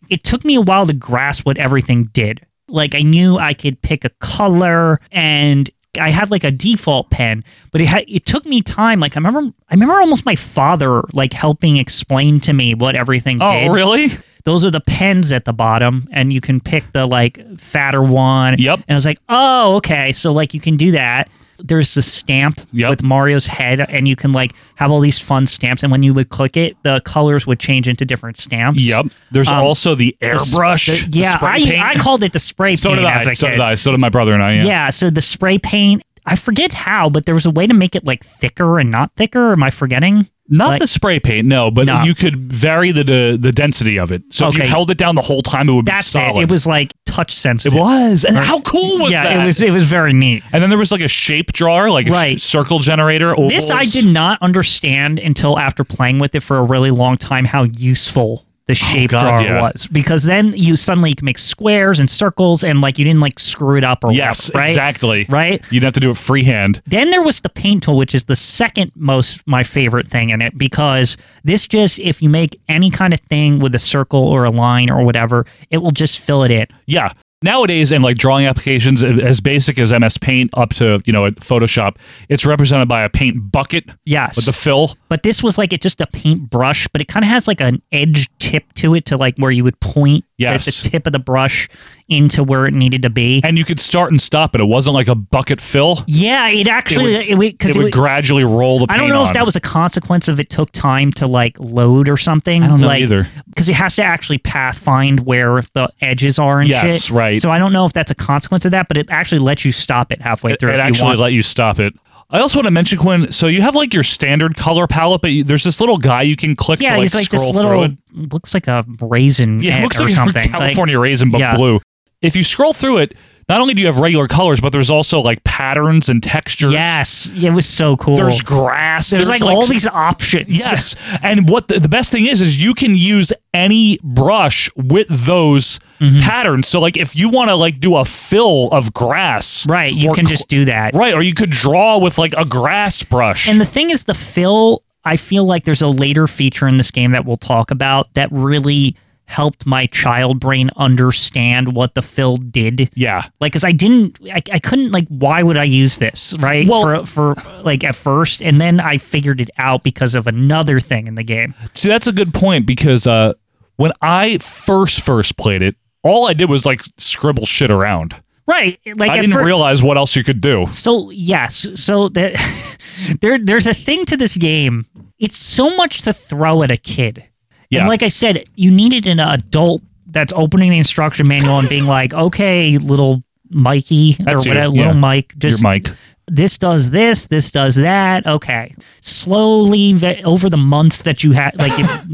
C: it took me a while to grasp what everything did. Like I knew I could pick a color and. I had like a default pen, but it had, it took me time. Like I remember, I remember almost my father like helping explain to me what everything
B: oh,
C: did.
B: really?
C: those are the pens at the bottom and you can pick the like fatter one
B: Yep.
C: and i was like oh okay so like you can do that there's the stamp with Mario's head, and you can like have all these fun stamps. And when you would click it, the colors would change into different stamps.
B: Yep. There's also the
C: sp-
B: airbrush,
C: um, the-
B: the
C: yeah,
B: spray
C: I,
B: paint.
C: I called it the spray
B: So
C: paint.
B: did
C: as
B: I.
C: a
B: So
C: kid.
B: did I. So did my brother and I.
C: Yeah. so the spray paint, I forget how, but there was a way to make it like thicker and not thicker. Am I forgetting?
B: Not
C: Like-
B: the spray paint, no, but
C: No.
B: you could vary the, the the density of it. So if you
C: Okay.
B: held it down the whole time, it would
C: That's
B: be
C: it.
B: solid.
C: It was like touch sensitive.
B: It was, and
C: Right.
B: how cool was
C: yeah,
B: that?
C: it was. It was very neat.
B: And then there was like a shape drawer, like a sh-
C: Right.
B: circle generator. Ovals.
C: This I did not understand until after playing with it for a really long time how useful the shape
B: Oh, God,
C: drawer
B: yeah.
C: was because then you suddenly can make squares and circles and like you didn't like screw it up or
B: Yes,
C: whatever, right?
B: exactly.
C: Right.
B: You'd have to do it freehand.
C: Then there was the paint tool, which is the second most my favorite thing in it because this just if you make any kind of thing with a circle or a line or whatever, it will just fill it in.
B: Yeah. Nowadays, in like drawing applications a- as basic as MS Paint up to you know Photoshop, it's represented by a paint bucket.
C: Yes.
B: With the fill.
C: But this was like it just a paint brush, but it kind of has like an edge tip to it to like where you would point
B: Yes.
C: the, the tip of the brush into where it needed to be.
B: And you could start and stop it. It wasn't like a bucket fill.
C: Yeah, it actually
B: it
C: it
B: would,
C: would- 'cause
B: it
C: it
B: would
C: would-
B: gradually roll the.
C: I
B: Paint
C: don't know if
B: on.
C: that was a consequence of it took time to like load or something. I
B: don't know
C: like,
B: either.
C: Because it has to actually pathfind where the edges are and shit.
B: Yes, right.
C: So I don't know if that's a consequence of that, but it actually lets you stop it halfway
B: It,
C: through.
B: it
C: if you
B: actually
C: want.
B: let you stop it. I also want to mention Quinn. So you have like your standard color palette, but you, there's this little guy you can click
C: yeah,
B: to like
C: he's like
B: scroll
C: this
B: through
C: little
B: it.
C: looks like a raisin
B: Yeah,
C: egg
B: it looks
C: or
B: like
C: something.
B: something.
C: Like-
B: California raisin, but
C: yeah.
B: blue. If you scroll through it, not only do you have regular colors, but there's also like patterns and textures.
C: Yes, it was so cool.
B: There's grass.
C: There's, like, all these options.
B: Yes, and what the, the best thing is is you can use any brush with those
C: Mm-hmm.
B: patterns. So like if you want to like do a fill of grass,
C: right? You can just do that,
B: right? Or you could draw with like a grass brush.
C: And the thing is, the fill, I feel like there's a later feature in this game that we'll talk about that really helped my child brain understand what the fill did.
B: Yeah.
C: Like, cause I didn't, I, I couldn't, like, why would I use this, right? Well, for, for, like, at first. And then I figured it out because of another thing in the game.
B: See, that's a good point because uh, when I first first played it, all I did was like scribble shit around.
C: Right. Like,
B: I
C: at
B: didn't
C: fir-
B: realize what else you could do.
C: So yes, so that there there's a thing to this game. It's so much to throw at a kid.
B: Yeah.
C: And like I said, you needed an adult that's opening the instruction manual and being like, "Okay, little Mikey
B: That's
C: or
B: you,
C: whatever,
B: yeah.
C: little Mike,
B: Your
C: just
B: Mike.
C: This does this, this does that. Okay, slowly ve- over the months that you had, like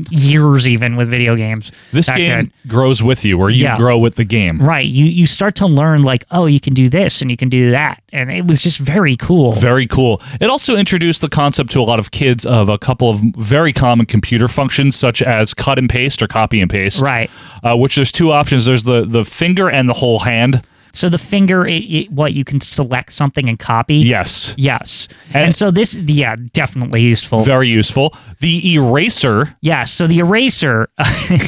C: years even with video games.
B: This
C: back
B: game
C: then.
B: grows with you, or you
C: Yeah.
B: grow with the game.
C: Right, you you start to learn like, oh, you can do this and you can do that, and it was just very cool.
B: Very cool. It also introduced the concept to a lot of kids of a couple of very common computer functions, such as cut and paste or copy and paste.
C: Right.
B: Uh, which there's two options. There's the the finger and the whole hand.
C: So the finger, it, it, what you can select something and copy.
B: Yes.
C: Yes. And, so this, yeah, definitely useful.
B: Very useful. The eraser.
C: Yeah. So the eraser.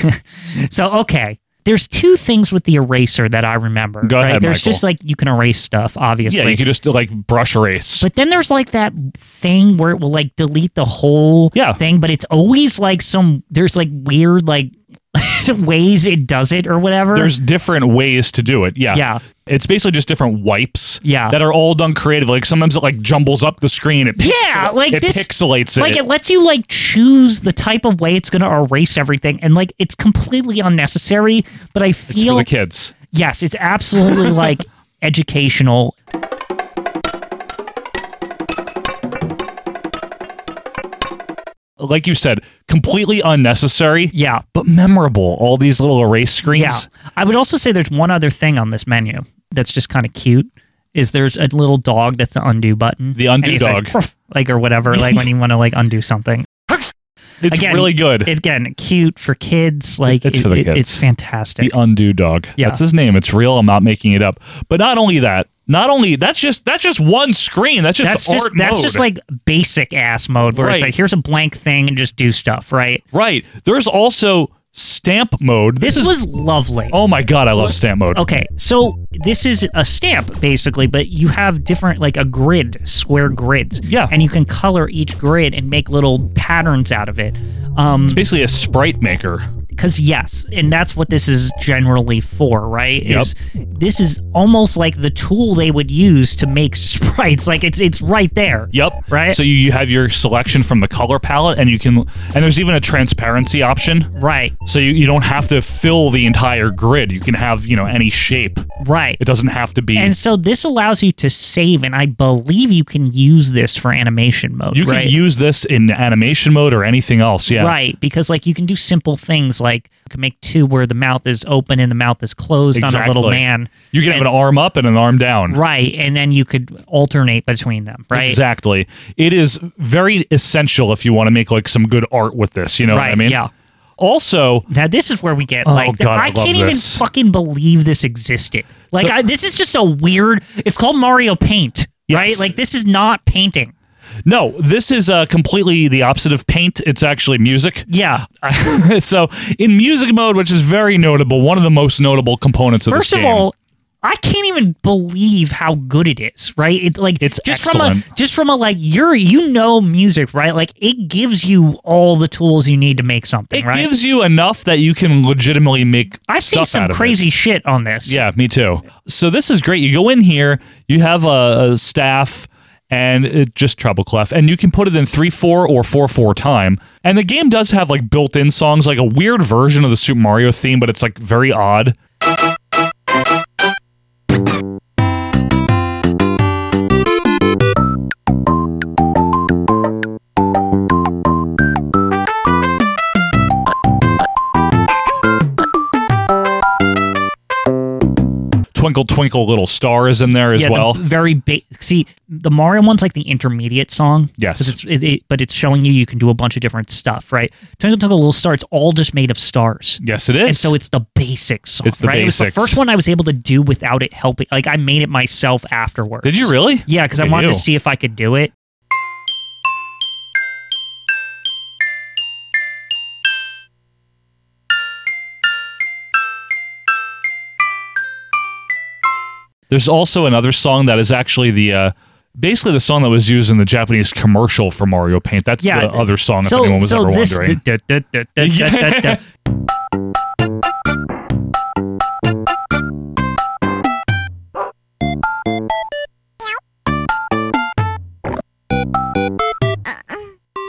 C: so okay, there's two things with the eraser that I remember.
B: Go
C: right?
B: ahead,
C: There's
B: Michael.
C: just like you can erase stuff, obviously.
B: Yeah, you could just like brush erase.
C: but then there's like that thing where it will like delete the whole thing, but it's always like some there's like weird like ways it does it or whatever.
B: There's different ways to do it. Yeah.
C: Yeah.
B: It's basically just different wipes.
C: Yeah.
B: That are all done creatively. Like sometimes it like jumbles up the screen. It
C: Yeah,
B: pixel-
C: like
B: it
C: this
B: pixelates it.
C: Like it lets you like choose the type of way it's going to erase everything, and like it's completely unnecessary. But I
B: it's for
C: feel
B: the kids.
C: yes, it's absolutely like educational.
B: Like you said, completely unnecessary.
C: Yeah.
B: But memorable. All these little erase screens.
C: Yeah, I would also say there's one other thing on this menu that's just kind of cute. Is there's a little dog that's the undo button,
B: The undo
C: And he's like,
B: dog.
C: "Ruff," like or whatever, like when you want to like undo something.
B: It's
C: Again,
B: really good.
C: It's again cute for kids. Like
B: it's for the
C: it-
B: kids.
C: It's fantastic.
B: the undo dog.
C: Yeah.
B: That's his name. It's real. I'm not making it up. But not only that, not only that's just that's just one screen. That's just
C: that's
B: art
C: just that's
B: mode.
C: just like basic ass mode where
B: Right.
C: it's like here's a blank thing and just do stuff, right?
B: Right. There's also stamp mode. This,
C: This
B: is,
C: was lovely.
B: Oh my god, I love stamp mode.
C: Okay, so this is a stamp basically, but you have different like a grid, square grids. Yeah. And you can color each grid and make little patterns out of it. Um
B: It's basically a sprite maker.
C: Because yes, and that's what this is generally for, right?
B: Yep.
C: Is this is almost like the tool they would use to make sprites. Like it's it's right there.
B: Yep.
C: Right.
B: So you, you have your selection from the color palette, and you can, and there's even a transparency option.
C: Right.
B: So you, you don't have to fill the entire grid. You can have, you know, any shape.
C: Right.
B: It doesn't have to be.
C: And so this allows you to save, and I believe you can use this for animation mode.
B: you can
C: right?
B: use this in animation mode or anything else. Yeah.
C: Right, because like you can do simple things like you can make two where the mouth is open and the mouth is closed on a little
B: Exactly.
C: man.
B: You can have
C: And-
B: an arm up and an arm down.
C: Right, and then you could alternate between them, right?
B: Exactly. It is very essential if you want to make like some good art with this. You know what I
C: Right,
B: mean?
C: yeah.
B: Also,
C: Now this is where we get
B: Oh,
C: like
B: God, I
C: I,
B: love
C: can't even
B: this.
C: fucking believe this existed. Like
B: So-
C: I, this is just a weird. It's called Mario Paint, right?
B: Yes.
C: Like this is not painting.
B: no, this is uh, completely the opposite of paint. It's actually music.
C: Yeah.
B: I- so in music mode, which is very notable, one of the most notable components of
C: First
B: this
C: of
B: game.
C: all, I can't even believe how good it is, right? It's like it's just from a
B: excellent.
C: just from a like you're you know music, right? Like it gives you all the tools you need to make something,
B: it
C: right?
B: gives you enough that you can legitimately make.
C: I've seen
B: stuff
C: some
B: out of it.
C: crazy shit on this.
B: Yeah, me too. So this is great. You go in here, you have a, a staff and it just treble clef, and you can put it in three four or four four time. And the game does have like built-in songs, like a weird version of the Super Mario theme, but it's like very odd. Twinkle Twinkle Little Star is in there as
C: Yeah, the
B: well.
C: very ba- see the Mario one's like the intermediate song.
B: Yes.
C: 'Cause it's, it, it- but it's showing you you can do a bunch of different stuff, right? Twinkle Twinkle Little Star. It's all just made of stars.
B: yes, it is.
C: And so it's the basic song.
B: It's the
C: right? It was
B: basics.
C: the first one I was able to do without it helping. Like I made it myself afterwards.
B: Did you really?
C: Yeah, because I
B: Look at
C: wanted to
B: you.
C: see if I could do it.
B: There's also another song that is actually the uh, basically the song that was used in the Japanese commercial for Mario Paint. That's
C: yeah,
B: the other song
C: so,
B: if anyone was
C: so
B: ever
C: this,
B: wondering.
C: da- da- da- da- da- da-
B: Yeah.
C: da-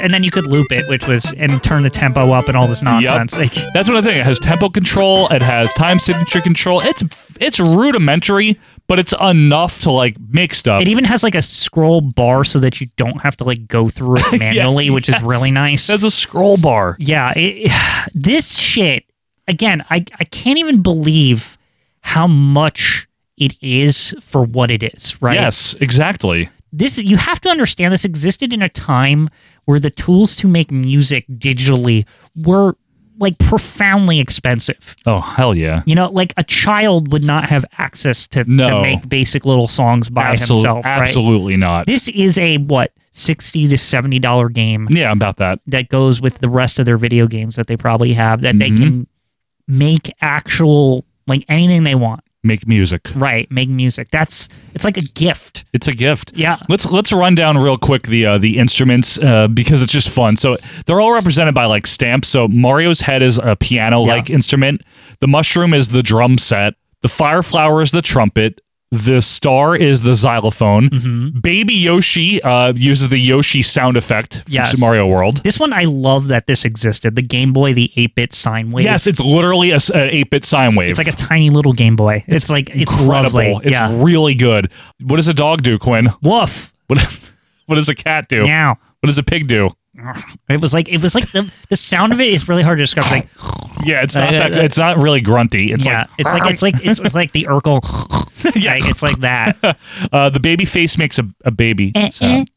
C: And then you could loop it, which was and turn the tempo up and all this nonsense. Like
B: That's another thing. It has tempo control. It has time signature control. It's it's rudimentary, but it's enough to like make stuff.
C: It even has like a scroll bar so that you don't have to like go through it
B: Yeah,
C: manually, which is really
B: yes.
C: nice.
B: There's a scroll bar.
C: yeah, it, this shit again. I I can't even believe how much it is for what it is. Right?
B: Yes, exactly.
C: This you have to understand. This existed in a time where the tools to make music digitally were like profoundly expensive.
B: Oh hell yeah!
C: You know, like a child would not have access to, to
B: No.
C: make basic little songs by
B: Absol-
C: himself. Right?
B: absolutely not.
C: This is a what sixty to seventy dollar game
B: yeah, about that.
C: that goes with the rest of their video games that they probably have that they can make actual like anything they want.
B: Make music.
C: Right, make music. That's it's like a gift.
B: It's a gift.
C: Yeah.
B: Let's let's run down real quick the uh, the instruments uh, because it's just fun. So they're all represented by like stamps. So Mario's head is a piano like instrument. The mushroom is the drum set. The fireflower is the trumpet. The star is the xylophone.
C: Mm-hmm.
B: Baby Yoshi uh, uses the Yoshi sound effect from
C: Yes.
B: Super Mario World.
C: This one I love that this existed. The Game Boy, the eight bit sine wave.
B: Yes, it's literally a s- an eight bit sine wave.
C: it's like a tiny little Game Boy. It's, like it's
B: incredible.
C: lovely.
B: It's
C: yeah.
B: really good. What does a dog do, Quinn?
C: Woof.
B: What what does a cat do?
C: Now.
B: What does a pig do?
C: It was like it was like the, the sound of it is really hard to describe. Like
B: Yeah, it's not
C: Uh,
B: that.
C: uh,
B: It's not really grunty. It's
C: yeah, it's like it's like it's, like the Urkel. yeah, it's like that.
B: like uh, the baby face makes a, a baby
C: Eh, eh.
B: sound.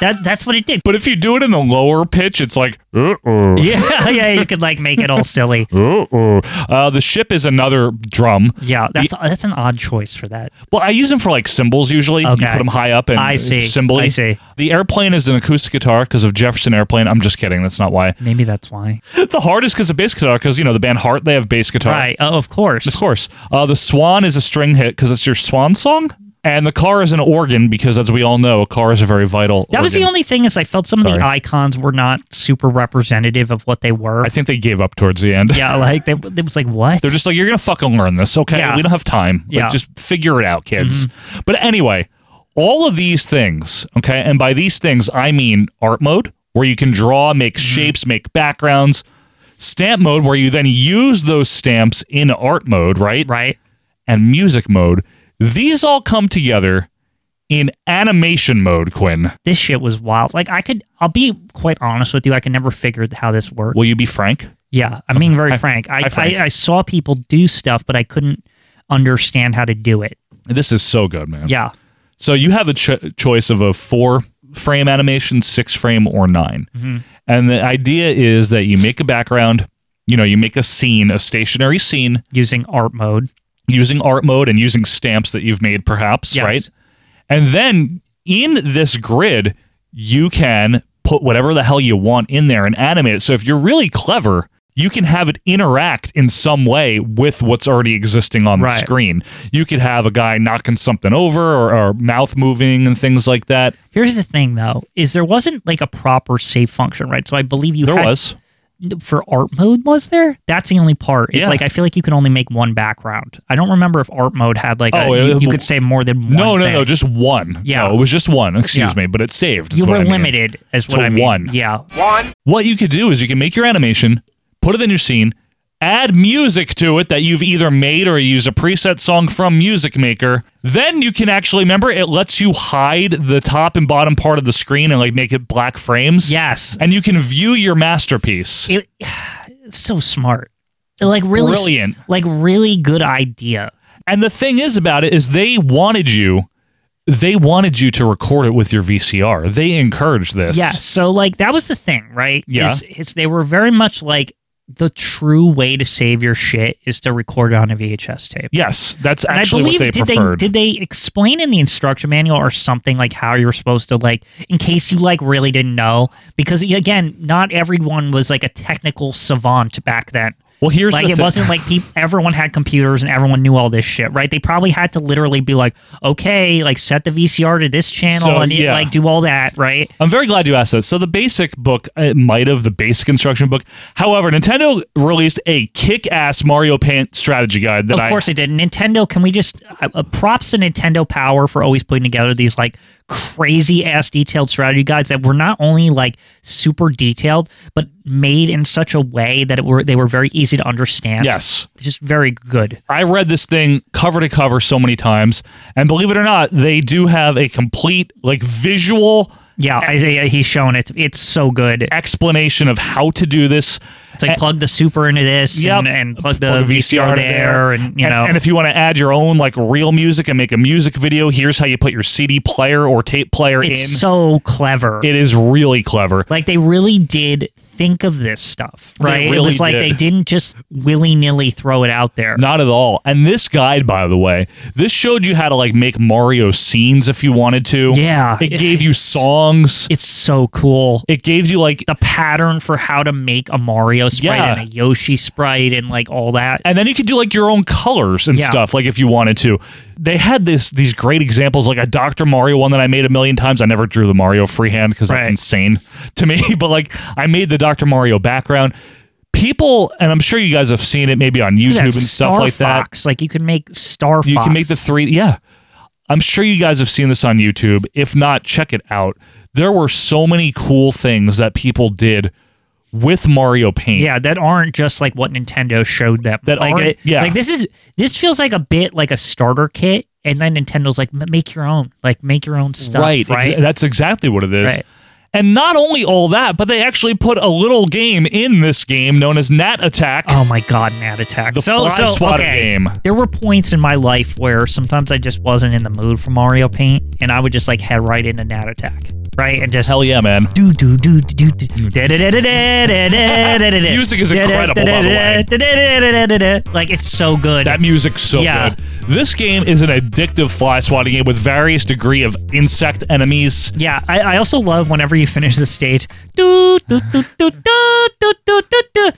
C: that that's what it did.
B: But if you do it in the lower pitch, it's like uh-oh,
C: Yeah, yeah, you could like make it all silly.
B: uh-oh. Uh, the ship is another drum.
C: Yeah, that's that's an odd choice for that.
B: Well, I use them for like cymbals usually.
C: Okay.
B: You put them high up and
C: I
B: it's
C: see.
B: cymbally.
C: I see.
B: The airplane is an acoustic guitar because of Jefferson Airplane. I'm just kidding. That's not why.
C: Maybe that's why.
B: the hard is because of bass guitar because you know the band Heart they have bass guitar.
C: Right. Oh, of course.
B: Of course. Uh, the swan is a string hit because it's your swan song. And the car is an organ because, as we all know, a car is a very vital.
C: That was the only thing is I felt some of the icons were not super representative of what they were.
B: I think they gave up towards the end.
C: yeah, like they, they was like what?
B: They're just like, you're going to fucking learn this, okay?
C: Yeah.
B: We don't have time. Like,
C: Yeah. Mm-hmm.
B: Just figure it out, kids. But anyway, all of these things, okay? And by these things, I mean art mode, where you can draw, make
C: Mm-hmm.
B: shapes, make backgrounds, stamp mode, where you then use those stamps in art mode, right?
C: Right.
B: And music mode. These all come together in animation mode, Quinn.
C: this shit was wild. Like I could, I'll be quite honest with you. I could never figure how this worked.
B: Will you be frank?
C: Yeah, I'm being very
B: Hi-
C: frank. I,
B: hi, Frank.
C: I I saw people do stuff, but I couldn't understand how to do it.
B: This is so good, man.
C: Yeah.
B: So you have a cho- choice of a four frame animation, six frame, or 9 And the idea is that you make a background, you know, you make a scene, a stationary scene
C: using art mode,
B: using art mode and using stamps that you've made, perhaps,
C: Yes.
B: right? And then in this grid, you can put whatever the hell you want in there and animate it. So if you're really clever, you can have it interact in some way with what's already existing on the
C: Right.
B: screen. You could have a guy knocking something over or, or mouth moving and things like that.
C: Here's the thing, though, is there wasn't like a proper save function, right? So I believe you
B: There
C: had-
B: was.
C: for art mode. Was there? That's the only part. It's
B: Yeah.
C: like I feel like you can only make one background. I don't remember if art mode had like
B: Oh,
C: a, you,
B: it-
C: you could say more than one
B: No, no,
C: thing.
B: no, just one.
C: Yeah.
B: No, it was just one. Excuse
C: Yeah.
B: me, but it saved. is
C: you
B: what
C: were
B: I mean.
C: limited, as what
B: To
C: I mean.
B: one.
C: Yeah,
G: One.
B: What you could do is you can make your animation, put it in your scene, add music to it that you've either made or use a preset song from Music Maker. Then you can actually remember it lets you hide the top and bottom part of the screen and like make it black frames.
C: Yes.
B: And you can view your masterpiece.
C: It, it's so smart. Like really
B: Brilliant.
C: Like really good idea.
B: And the thing is about it is they wanted you they wanted you to record it with your VCR. They encouraged this.
C: Yeah. So like that was the thing, right?
B: Yeah.
C: Is, is they were very much like the true way to save your shit is to record it on a VHS tape.
B: Yes, that's
C: And I
B: actually
C: believe
B: what they
C: did
B: preferred.
C: they did they explain in the instruction manual or something like how you were supposed to like in case you like really didn't know because again not everyone was like a technical savant back then.
B: Well, here's
C: like
B: the
C: it
B: thi-
C: wasn't like peop everyone had computers and everyone knew all this shit, right? They probably had to literally be like, okay, like set the VCR to this channel
B: So,
C: and it,
B: yeah.
C: like do all that, right?
B: I'm very glad you asked that. So the basic book, it might have the basic instruction book. However, Nintendo released a kick-ass Mario Paint strategy guide that
C: of course
B: I,
C: it did. Nintendo, can we just uh, uh, props to Nintendo Power for always putting together these like crazy ass detailed strategy guides that were not only like super detailed but made in such a way that it were they were very easy to understand.
B: Yes.
C: just very good.
B: I read this thing cover to cover so many times, and believe it or not, they do have a complete like visual
C: Yeah, Isaiah, he's shown it. It's so good.
B: explanation of how to do this.
C: It's like plug the super into this
B: Yep.
C: and, and plug the
B: Plug a
C: VCR,
B: into
C: there, and you know
B: and if you want to add your own like real music and make a music video, here's how you put your CD player or tape player
C: it's
B: in.
C: so clever.
B: it is really clever.
C: Like they really did think of this stuff,
B: They
C: right? it
B: really
C: was like
B: did.
C: they didn't just willy nilly throw it out there.
B: Not at all. And this guide, by the way, this showed you how to like make Mario scenes if you wanted to.
C: Yeah.
B: It gave you songs.
C: It's so cool.
B: It gave you like
C: The pattern for how to make a Mario sprite
B: Yeah.
C: and a Yoshi sprite and like all that.
B: and then you could do like your own colors and
C: Yeah.
B: stuff, like if you wanted to. They had this these great examples, like a Dr. Mario one that I made a million times. I never drew the Mario freehand because that's
C: Right.
B: insane to me. But like I made the Dr. Mario background. People and I'm sure you guys have seen it maybe on YouTube
C: Look at
B: and
C: that
B: stuff
C: Star
B: like that.
C: Fox. Like you could make Star Fox.
B: You can make the three. Yeah. I'm sure you guys have seen this on YouTube. If not, check it out. There were so many cool things that people did with Mario Paint.
C: yeah that aren't just like what Nintendo showed them.
B: That
C: like
B: aren't-
C: it-
B: yeah.
C: like this is this feels like a bit like a starter kit, and then Nintendo's like "M- make your own, like make your own stuff,
B: right.
C: right?
B: ex- that's exactly what it is.
C: Right.
B: And not only all that, but they actually put a little game in this game known as Nat Attack.
C: Oh my god, Mad Attack.
B: The Fly Swatter game.
C: There were points in my life where sometimes I just wasn't in the mood for Mario Paint, and I would just like head right into Mad Attack, right? And just
B: Hell yeah, man.
C: do do do do do. Music
B: Music is incredible, by the way.
C: way. Like it's so good.
B: That music's so
C: Yeah.
B: good. This game is an addictive fly swatting game with various degree of insect enemies.
C: Yeah, I, I also love whenever you finish the stage. Do, do, do, do, do, do, do, do, do.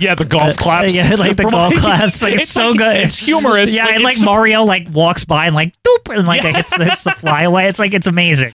B: Yeah, the golf claps.
C: Uh, Yeah, like the
B: From-
C: golf claps. Like it's, so
B: like-
C: good.
B: It's humorous.
C: Yeah, and like
B: it's-
C: Mario like walks by and like doop and like
B: Yeah.
C: hits, the, hits the flyaway. It's like it's amazing.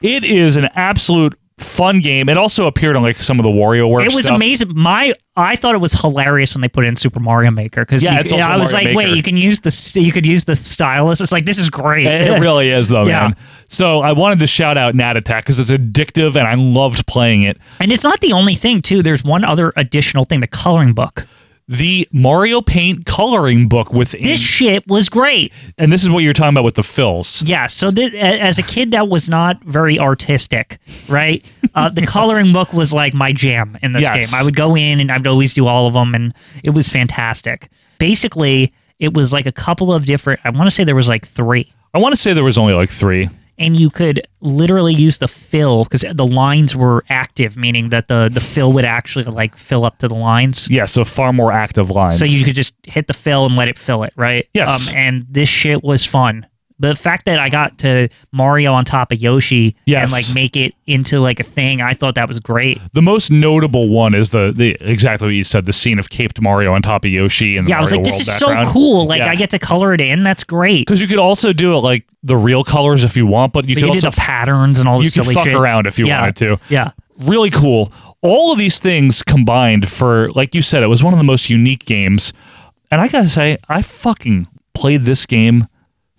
B: It is an absolute fun game. It also appeared on like some of the WarioWare.
C: it was
B: stuff.
C: amazing. My I thought it was hilarious when they put in Super Mario Maker because
B: Yeah, it's also
C: I was
B: Mario
C: like,
B: Maker.
C: wait, you can use the st- you could use the stylus. It's like this is great.
B: It really is though,
C: Yeah.
B: man. So I wanted to shout out Nat Attack because it's addictive and I loved playing it.
C: And it's not the only thing too. There's one other additional thing: the coloring book.
B: The Mario Paint coloring book within
C: This shit was great.
B: and this is what you're talking about with the fills.
C: Yeah. So th- a- as a kid, that was not very artistic, right? Uh, the coloring book was like my jam in this
B: Yes.
C: game. I would go in and I would always do all of them, and it was fantastic. Basically, it was like a couple of different. I want to say there was like three.
B: I want to say there was only like three.
C: and you could literally use the fill because the lines were active, meaning that the the fill would actually like fill up to the lines.
B: Yeah, so far more active lines.
C: So you could just hit the fill and let it fill it, right?
B: Yes.
C: Um, and this shit was fun. The fact that I got to Mario on top of Yoshi
B: Yes.
C: and like make it into like a thing, I thought that was great.
B: the most notable one is the, the exactly what you said, the scene of Caped Mario on top of Yoshi and the
C: yeah, I was
B: Mario
C: like, this
B: World
C: is so
B: background.
C: cool. Like,
B: Yeah.
C: I get to color it in. That's great.
B: Because you could also do it like the real colors if you want, but you
C: But
B: could
C: you did
B: also
C: the patterns and all
B: you
C: this
B: could
C: silly
B: fuck
C: shit.
B: around if you
C: Yeah.
B: wanted to.
C: Yeah.
B: Really cool. All of these things combined for, like you said, it was one of the most unique games. And I gotta say, I fucking played this game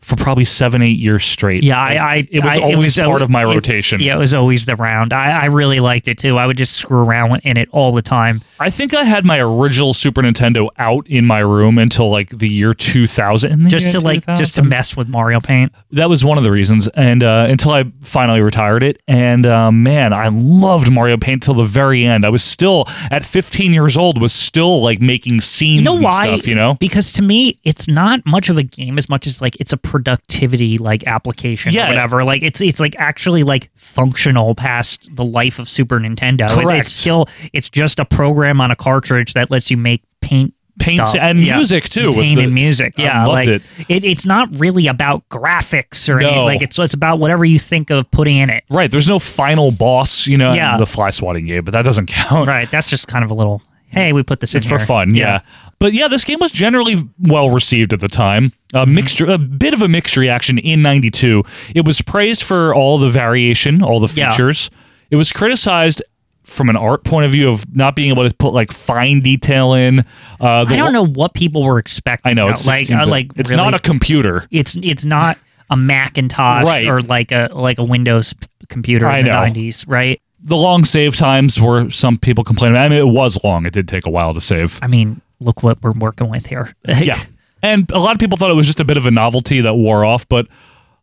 B: for probably seven, eight years straight.
C: Yeah, I,
B: Like,
C: I
B: it was
C: I-
B: always part
C: al-
B: of my
C: it-
B: rotation.
C: Yeah, it was always the round. I, I really liked it too. I would just screw around in it all the time.
B: I think I had my original Super Nintendo out in my room until like the year 2000. In the
C: Just
B: year
C: to like just to
B: 2000.
C: mess with Mario Paint.
B: That was one of the reasons, and uh, until I finally retired it, and uh, man, I loved Mario Paint till the very end. I was still at 15 years old, was still like making scenes
C: You know
B: and
C: why?
B: stuff. You know,
C: Because to me, it's not much of a game as much as like it's a productivity like application
B: Yeah.
C: or whatever. Like it's it's like actually like functional past the life of Super Nintendo. It-
B: Correct.
C: It's still it's just a program on a cartridge that lets you make paint
B: Paint
C: stuff.
B: and music, too, was
C: Paint
B: the-
C: and music.
B: I
C: Yeah,
B: loved
C: like
B: it.
C: It's not really about graphics or
B: No.
C: anything. Like it's it's about whatever you think of putting in it.
B: right? There's no final boss. You know,
C: Yeah.
B: the fly swatting game, but that doesn't count.
C: Right. That's just kind of a little. Hey, we put this
B: It's
C: in
B: for
C: here.
B: fun, yeah. But yeah, this game was generally well received at the time. A mixture, a bit of a mixed reaction in '92. It was praised for all the variation, all the
C: Yeah.
B: features. It was criticized from an art point of view of not being able to put like fine detail in. Uh, the
C: I don't
B: lo-
C: know what people were expecting.
B: I know
C: though.
B: it's
C: like
B: 16-bit.
C: uh, like
B: it's
C: really-
B: not a computer.
C: it's it's not a Macintosh
B: Right.
C: or like a like a Windows p- computer
B: I
C: in the
B: know.
C: nineties, right?
B: The long save times were some people complaining. I mean, it was long. It did take a while to save.
C: I mean, look what we're working with here.
B: yeah. And a lot of people thought it was just a bit of a novelty that wore off, but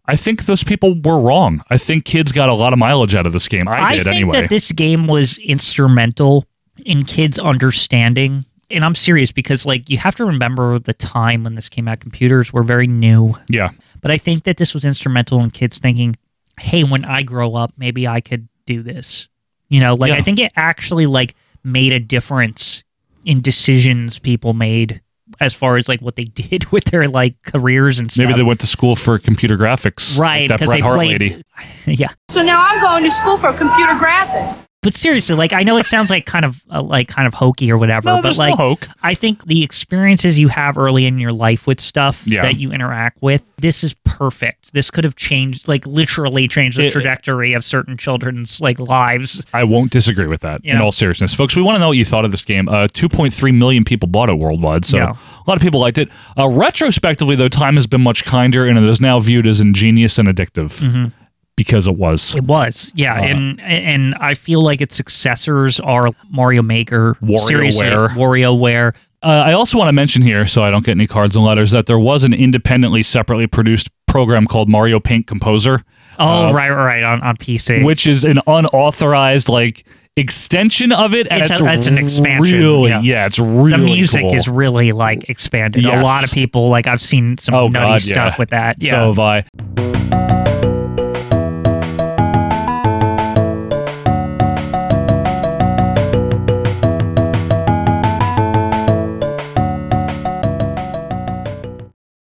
B: I think those people were wrong. I think kids got a lot of mileage out of this game. I,
C: I
B: did
C: think
B: anyway.
C: that this game was instrumental in kids understanding. And I'm serious because like you have to remember the time when this came out. Computers were very new.
B: yeah.
C: But I think that this was instrumental in kids thinking, "Hey, when I grow up, maybe I could do this." You know, like
B: Yeah.
C: I think it actually like made a difference in decisions people made as far as like what they did with their like careers and stuff.
B: Maybe they went to school for computer graphics.
C: Right,
B: Like that
C: 'cause
B: Bret
C: they
B: Hart
C: played-
B: lady.
C: yeah.
N: So now I'm going to school for computer graphics.
C: But seriously, like I know it sounds like kind of uh, like kind of hokey or whatever,
B: No,
C: but
B: there's no
C: like
B: hoke.
C: I think the experiences you have early in your life with stuff
B: Yeah.
C: that you interact with, this is perfect. This could have changed, like literally changed the
B: It-
C: trajectory of certain children's like lives.
B: I won't disagree with that in
C: Yeah.
B: all seriousness. Folks, we want to know what you thought of this game. Uh, 2.3 million people bought it worldwide, so
C: Yeah.
B: a lot of people liked it. Uh, retrospectively, though, time has been much kinder and it is now viewed as ingenious and addictive
C: Mhm.
B: because it was.
C: It was, yeah,
B: Uh,
C: and and I feel like its successors are Mario Maker, seriously,
B: WarioWare.
C: WarioWare.
B: Uh, I also want to mention here, so I don't get any cards and letters, that there was an independently, separately produced program called Mario Paint Composer,
C: Oh,
B: Uh,
C: right, right, right, on on PC,
B: which is an unauthorized like extension of it, and
C: It's
B: it's,
C: a- it's an expansion,
B: Really,
C: yeah.
B: yeah. it's really
C: the music
B: cool.
C: is really like expanded. A
B: Yes.
C: lot of people like I've seen some
B: Oh,
C: nutty
B: God, yeah.
C: stuff with that. Yeah.
B: So have I.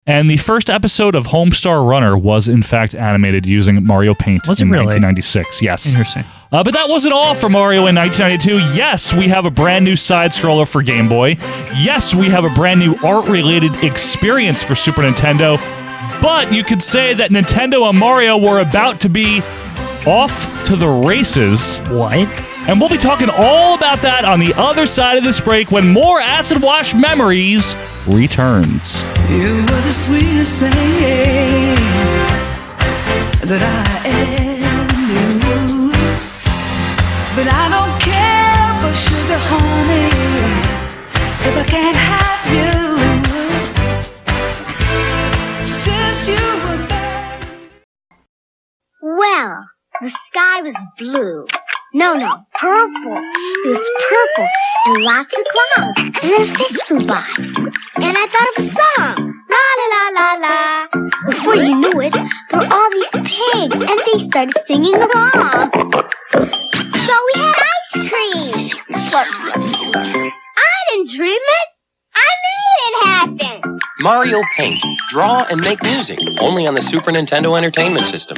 B: And the first episode of Homestar Runner was, in fact, animated using Mario Paint
C: Was it
B: in
C: really?
B: 1996. Yes.
C: Interesting.
B: Uh, but that wasn't all for Mario in 1992. Yes, we have a brand new side scroller for Game Boy. Yes, we have a brand new art related experience for Super Nintendo. But you could say that Nintendo and Mario were about to be off to the races.
C: What?
B: And we'll be talking all about that on the other side of this break when more Acid Wash Memories returns.
I: You were the sweetest thing that I ever knew. But I don't care for sugar, honey, if I can't have you. Since you were back.
O: Well, the sky was blue. No, no, purple. It was purple and lots of clouds. And then a fish flew by. And I thought it was song. La la la la la. Before you knew it, there were all these pigs and they started singing along. So we had ice cream. Slurp, slurp, slurp. I didn't dream it. I made it happen.
P: Mario Paint. Draw and make music. Only on the Super Nintendo Entertainment System.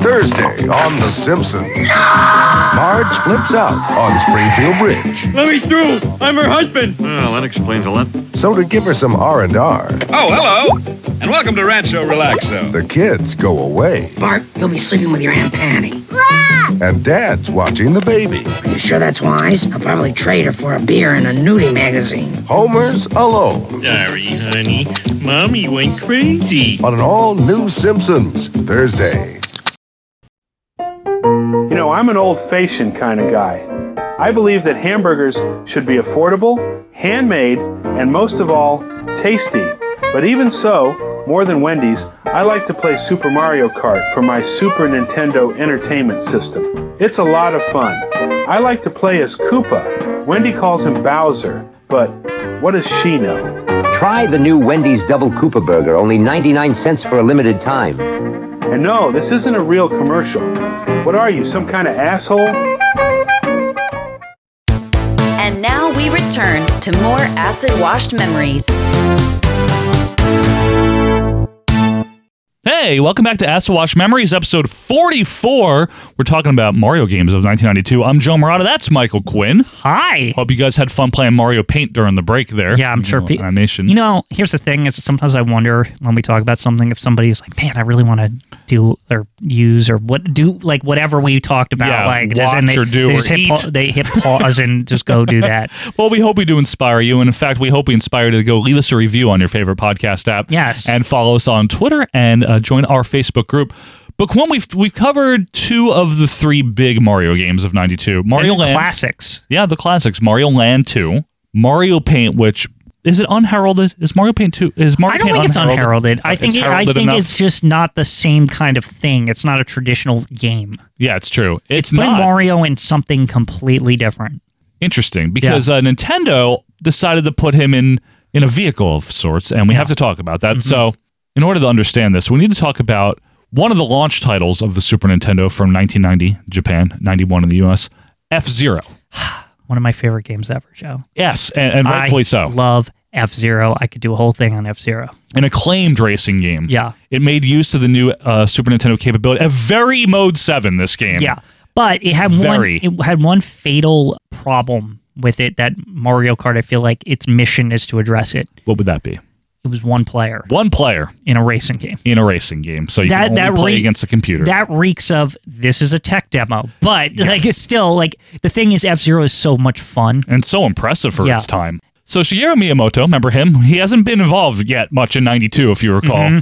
Q: Thursday on The Simpsons. Marge flips out on Springfield Bridge.
R: Let me through! I'm her husband!
Q: Well, that explains a lot. So to give her some R and R,
R: Oh, hello! And welcome to Rancho Relaxo.
Q: the kids go away,
R: Bart, you'll be sleeping with your Aunt Patty.
Q: and Dad's watching the baby. Are you sure that's wise? I'll probably trade her for a beer in a nudie magazine. Homer's alone.
R: Sorry, honey. Mommy went crazy.
Q: On an all-new Simpsons Thursday.
S: You know, I'm an old fashioned kind of guy. I believe that hamburgers should be affordable, handmade, and most of all, tasty. But even so, more than Wendy's, I like to play Super Mario Kart for my Super Nintendo Entertainment System. It's a lot of fun. I like to play as Koopa. Wendy calls him Bowser, but what does she know?
T: Try the new Wendy's Double Koopa Burger, only 99 cents for a limited time.
S: And no, this isn't a real commercial. What are you, some kind of asshole?
A: And now we return to more acid washed memories.
B: Hey, welcome back to Acid Wash Memories, episode 44. We're talking about Mario games of 1992. I'm Joe Morata. That's Michael Quinn.
C: Hi.
B: Hope you guys had fun playing Mario Paint during the break there. Yeah, I'm sure. Animation.
C: You know, here's the thing: is that sometimes I wonder when we talk about something if somebody's like, "Man, I really want to do or use or what do like whatever we talked about."
B: Yeah,
C: like, just- and
B: watch
C: they,
B: or do
C: they
B: or
C: just hit pa-
B: eat.
C: they hit pause and just go do that.
B: well, we hope we do inspire you. And in fact, we hope we inspire you to go leave us a review on your favorite podcast app. Yes. And follow us on Twitter and uh, join our Facebook group. Book one, we've, we've covered two of the three big Mario games of 92. Mario
C: And
B: Land.
C: classics.
B: Yeah, the classics. Mario Land 2, Mario Paint, which. Is it unheralded? Is Mario Paint 2? Is Mario
C: I don't
B: Paint
C: think it's
B: unheralded?
C: unheralded. I think it, I
B: heralded
C: think
B: enough?
C: it's just not the same kind of thing. It's not a traditional game.
B: Yeah, it's true. It's,
C: Play
B: not.
C: Mario and something completely different.
B: Interesting, because uh, Nintendo decided to put him in in a vehicle of sorts, and we have to talk about that.
C: Mm-hmm.
B: So, in order to understand this, we need to talk about one of the launch titles of the Super Nintendo from 1990, Japan, 91 in the U.S., F Zero.
C: One of my favorite games ever, Joe.
B: Yes, and, and
C: I
B: rightfully so.
C: Love F Zero. I could do a whole thing on F Zero.
B: An acclaimed racing game.
C: Yeah.
B: It made use of the new uh, Super Nintendo capability. A very Mode 7, this game.
C: Yeah, but it had
B: Very.
C: one. It had one fatal problem with it that Mario Kart. I feel like its mission is to address it.
B: What would that be?
C: It was one player.
B: One player.
C: In a racing game.
B: In a racing game. So you
C: That-
B: can only
C: that
B: play
C: re-
B: against a computer.
C: That reeks of this is a tech demo, but like it's still like the thing is F Zero is so much fun
B: and so impressive for
C: Yeah.
B: its time. So Shigeru Miyamoto, remember him? He hasn't been involved yet much in 92 if you recall.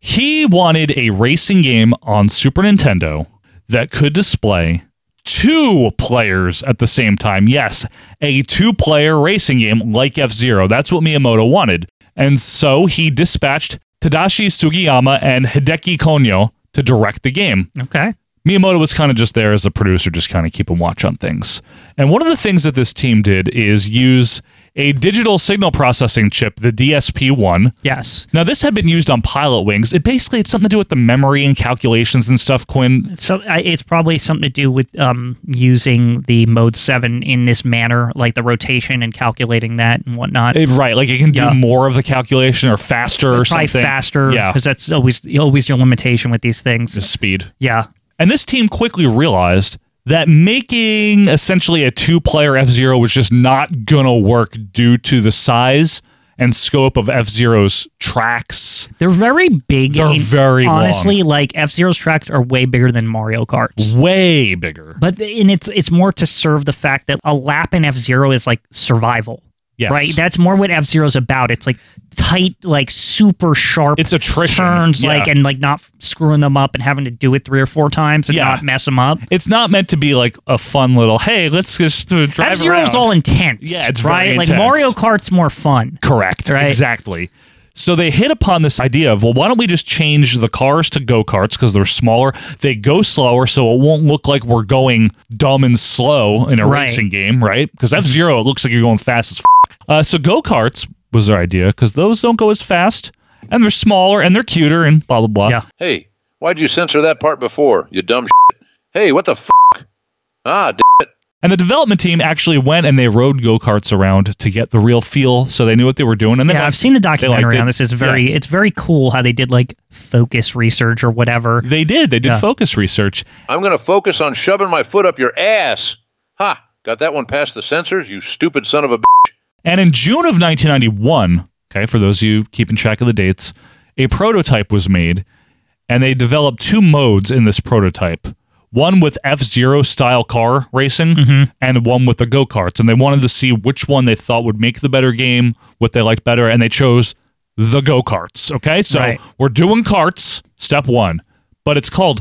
B: He wanted a racing game on Super Nintendo that could display two players at the same time. Yes, a two-player racing game like F-Zero. That's what Miyamoto wanted. And so he dispatched Tadashi Sugiyama and Hideki Konyo to direct the game.
C: Okay.
B: Miyamoto was kind of just there as a producer, just kind of keeping watch on things. And one of the things that this team did is use a digital signal processing chip, the DSP-1.
C: Yes.
B: Now this had been used on pilot wings. It basically had something to do with the memory and calculations and stuff. Quinn,
C: So I, it's probably something to do with um, using the mode seven in this manner, like the rotation and calculating that and whatnot.
B: Eh, right? Like it can do
C: Yeah.
B: more of the calculation or faster or
C: probably
B: something.
C: faster,
B: Yeah.
C: because that's always always your limitation with these things.
B: The speed.
C: Yeah.
B: And this team quickly realized that making essentially a two player F Zero was just not going to work due to the size and scope of F Zero's tracks.
C: They're very big.
B: They're
C: and
B: very long.
C: honestly like F Zero's tracks are way bigger than Mario Kart's.
B: Way bigger.
C: But th- and it's it's more to serve the fact that a lap in F Zero is like survival.
B: Yes.
C: Right. That's more what F Zero's about. It's like tight, like super sharp.
B: It's attrition.
C: turns,
B: Yeah.
C: like and like not screwing them up and having to do it three or four times and
B: Yeah.
C: not mess them up.
B: It's not meant to be like a fun little, hey, let's just uh, drive
C: F Zero's
B: around."
C: all intense.
B: Yeah, it's
C: right.
B: very
C: like
B: intense.
C: Mario Kart's more fun.
B: Correct.
C: Right.
B: Exactly. So they hit upon this idea of, well, why don't we just change the cars to go karts because they're smaller? They go slower, so it won't look like we're going dumb and slow in a
C: Right.
B: racing game, right? Because F Zero, it looks like you're going fast as f. Uh, so go karts was their idea because those don't go as fast and they're smaller and they're cuter and blah, blah, blah. Yeah.
U: Hey, why'd you censor that part before, you dumb shit? Hey, what the f? Ah, d-
B: And the development team actually went and they rode go karts around to get the real feel, so they knew what they were doing. And they
C: yeah,
B: liked-
C: I've seen the
B: they liked
C: documentary
B: it.
C: on this. It's
B: Yeah.
C: very it's very cool how they did like focus research or whatever.
B: They did. They did
C: Yeah.
B: focus research.
U: I'm going to focus on shoving my foot up your ass. Ha! Got that one past the censors, you stupid son of a b.
B: And in June of 1991, okay, for those of you keeping track of the dates, a prototype was made, and they developed two modes in this prototype. One with F Zero style car racing, and one with the go karts. And they wanted to see which one they thought would make the better game, what they liked better, and they chose the go karts. Okay, so
C: Right.
B: we're doing karts, step one, but it's called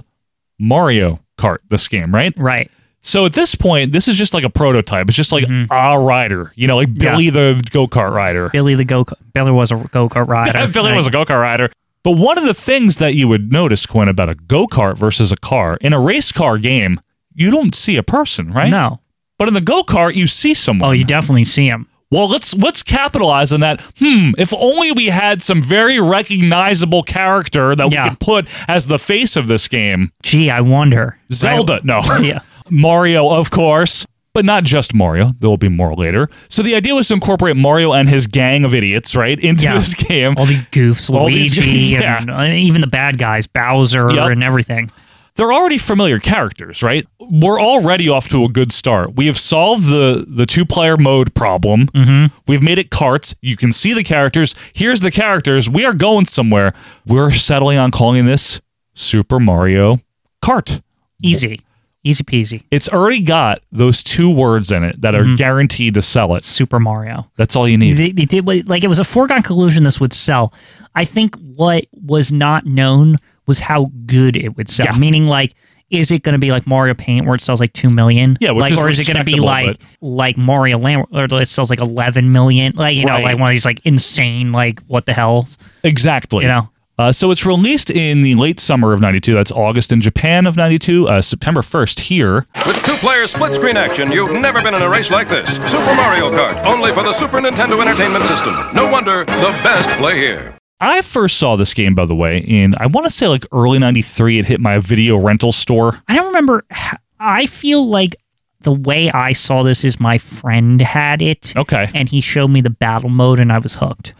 B: Mario Kart, this game, right?
C: Right.
B: So at this point, this is just like a prototype. It's just like
C: Mm-hmm.
B: a rider, you know, like Billy the go kart rider.
C: Billy the go Billy was a go kart rider.
B: Billy
C: Like,
B: was a go kart rider. But one of the things that you would notice, Quinn, about a go kart versus a car in a race car game, you don't see a person, right?
C: No.
B: But in the go kart, you see someone.
C: Oh, you definitely see him.
B: Well, let's let's capitalize on that. Hmm, if only we had some very recognizable character that
C: Yeah.
B: we could put as the face of this game.
C: Gee, I wonder.
B: Zelda,
C: Right?
B: no.
C: Yeah.
B: Mario, of course. But not just Mario. There will be more later. So the idea was to incorporate Mario and his gang of idiots, right, into
C: Yeah.
B: this game.
C: All the goofs,
B: All these-
C: Luigi,
B: yeah.
C: and uh, even the bad guys, Bowser,
B: Yep.
C: and everything.
B: They're already familiar characters, right? We're already off to a good start. We have solved the the two player mode problem. Mm-hmm. We've made it carts. You can see the characters. Here's the characters. We are going somewhere. We're settling on calling this Super Mario Kart.
C: Easy, easy peasy.
B: It's already got those two words in it that are
C: Mm-hmm.
B: guaranteed to sell it.
C: Super Mario.
B: That's all you need.
C: They, they did what, like it was a foregone conclusion this would sell. I think what was not known was how good it would sell.
B: Yeah.
C: Meaning, like, is it going to be like Mario Paint where it sells like two million?
B: Yeah, which
C: like,
B: is
C: or is it going to be
B: respectable,
C: like like Mario Land where it sells like eleven million? Like you
B: Right.
C: know, like one of these like insane like what the hell's
B: Exactly.
C: you know?
B: Uh, so it's released in the late summer of 92. That's August in Japan of 92, uh, September 1st here.
G: With two-player split-screen action, you've never been in a race like this. Super Mario Kart, only for the Super Nintendo Entertainment System. No wonder the best play here.
B: I first saw this game, by the way, in I want to say like early 93. It hit my video rental store.
C: I don't remember. h- I feel like the way I saw this is my friend had it.
B: Okay.
C: And he showed me the battle mode, and I was hooked.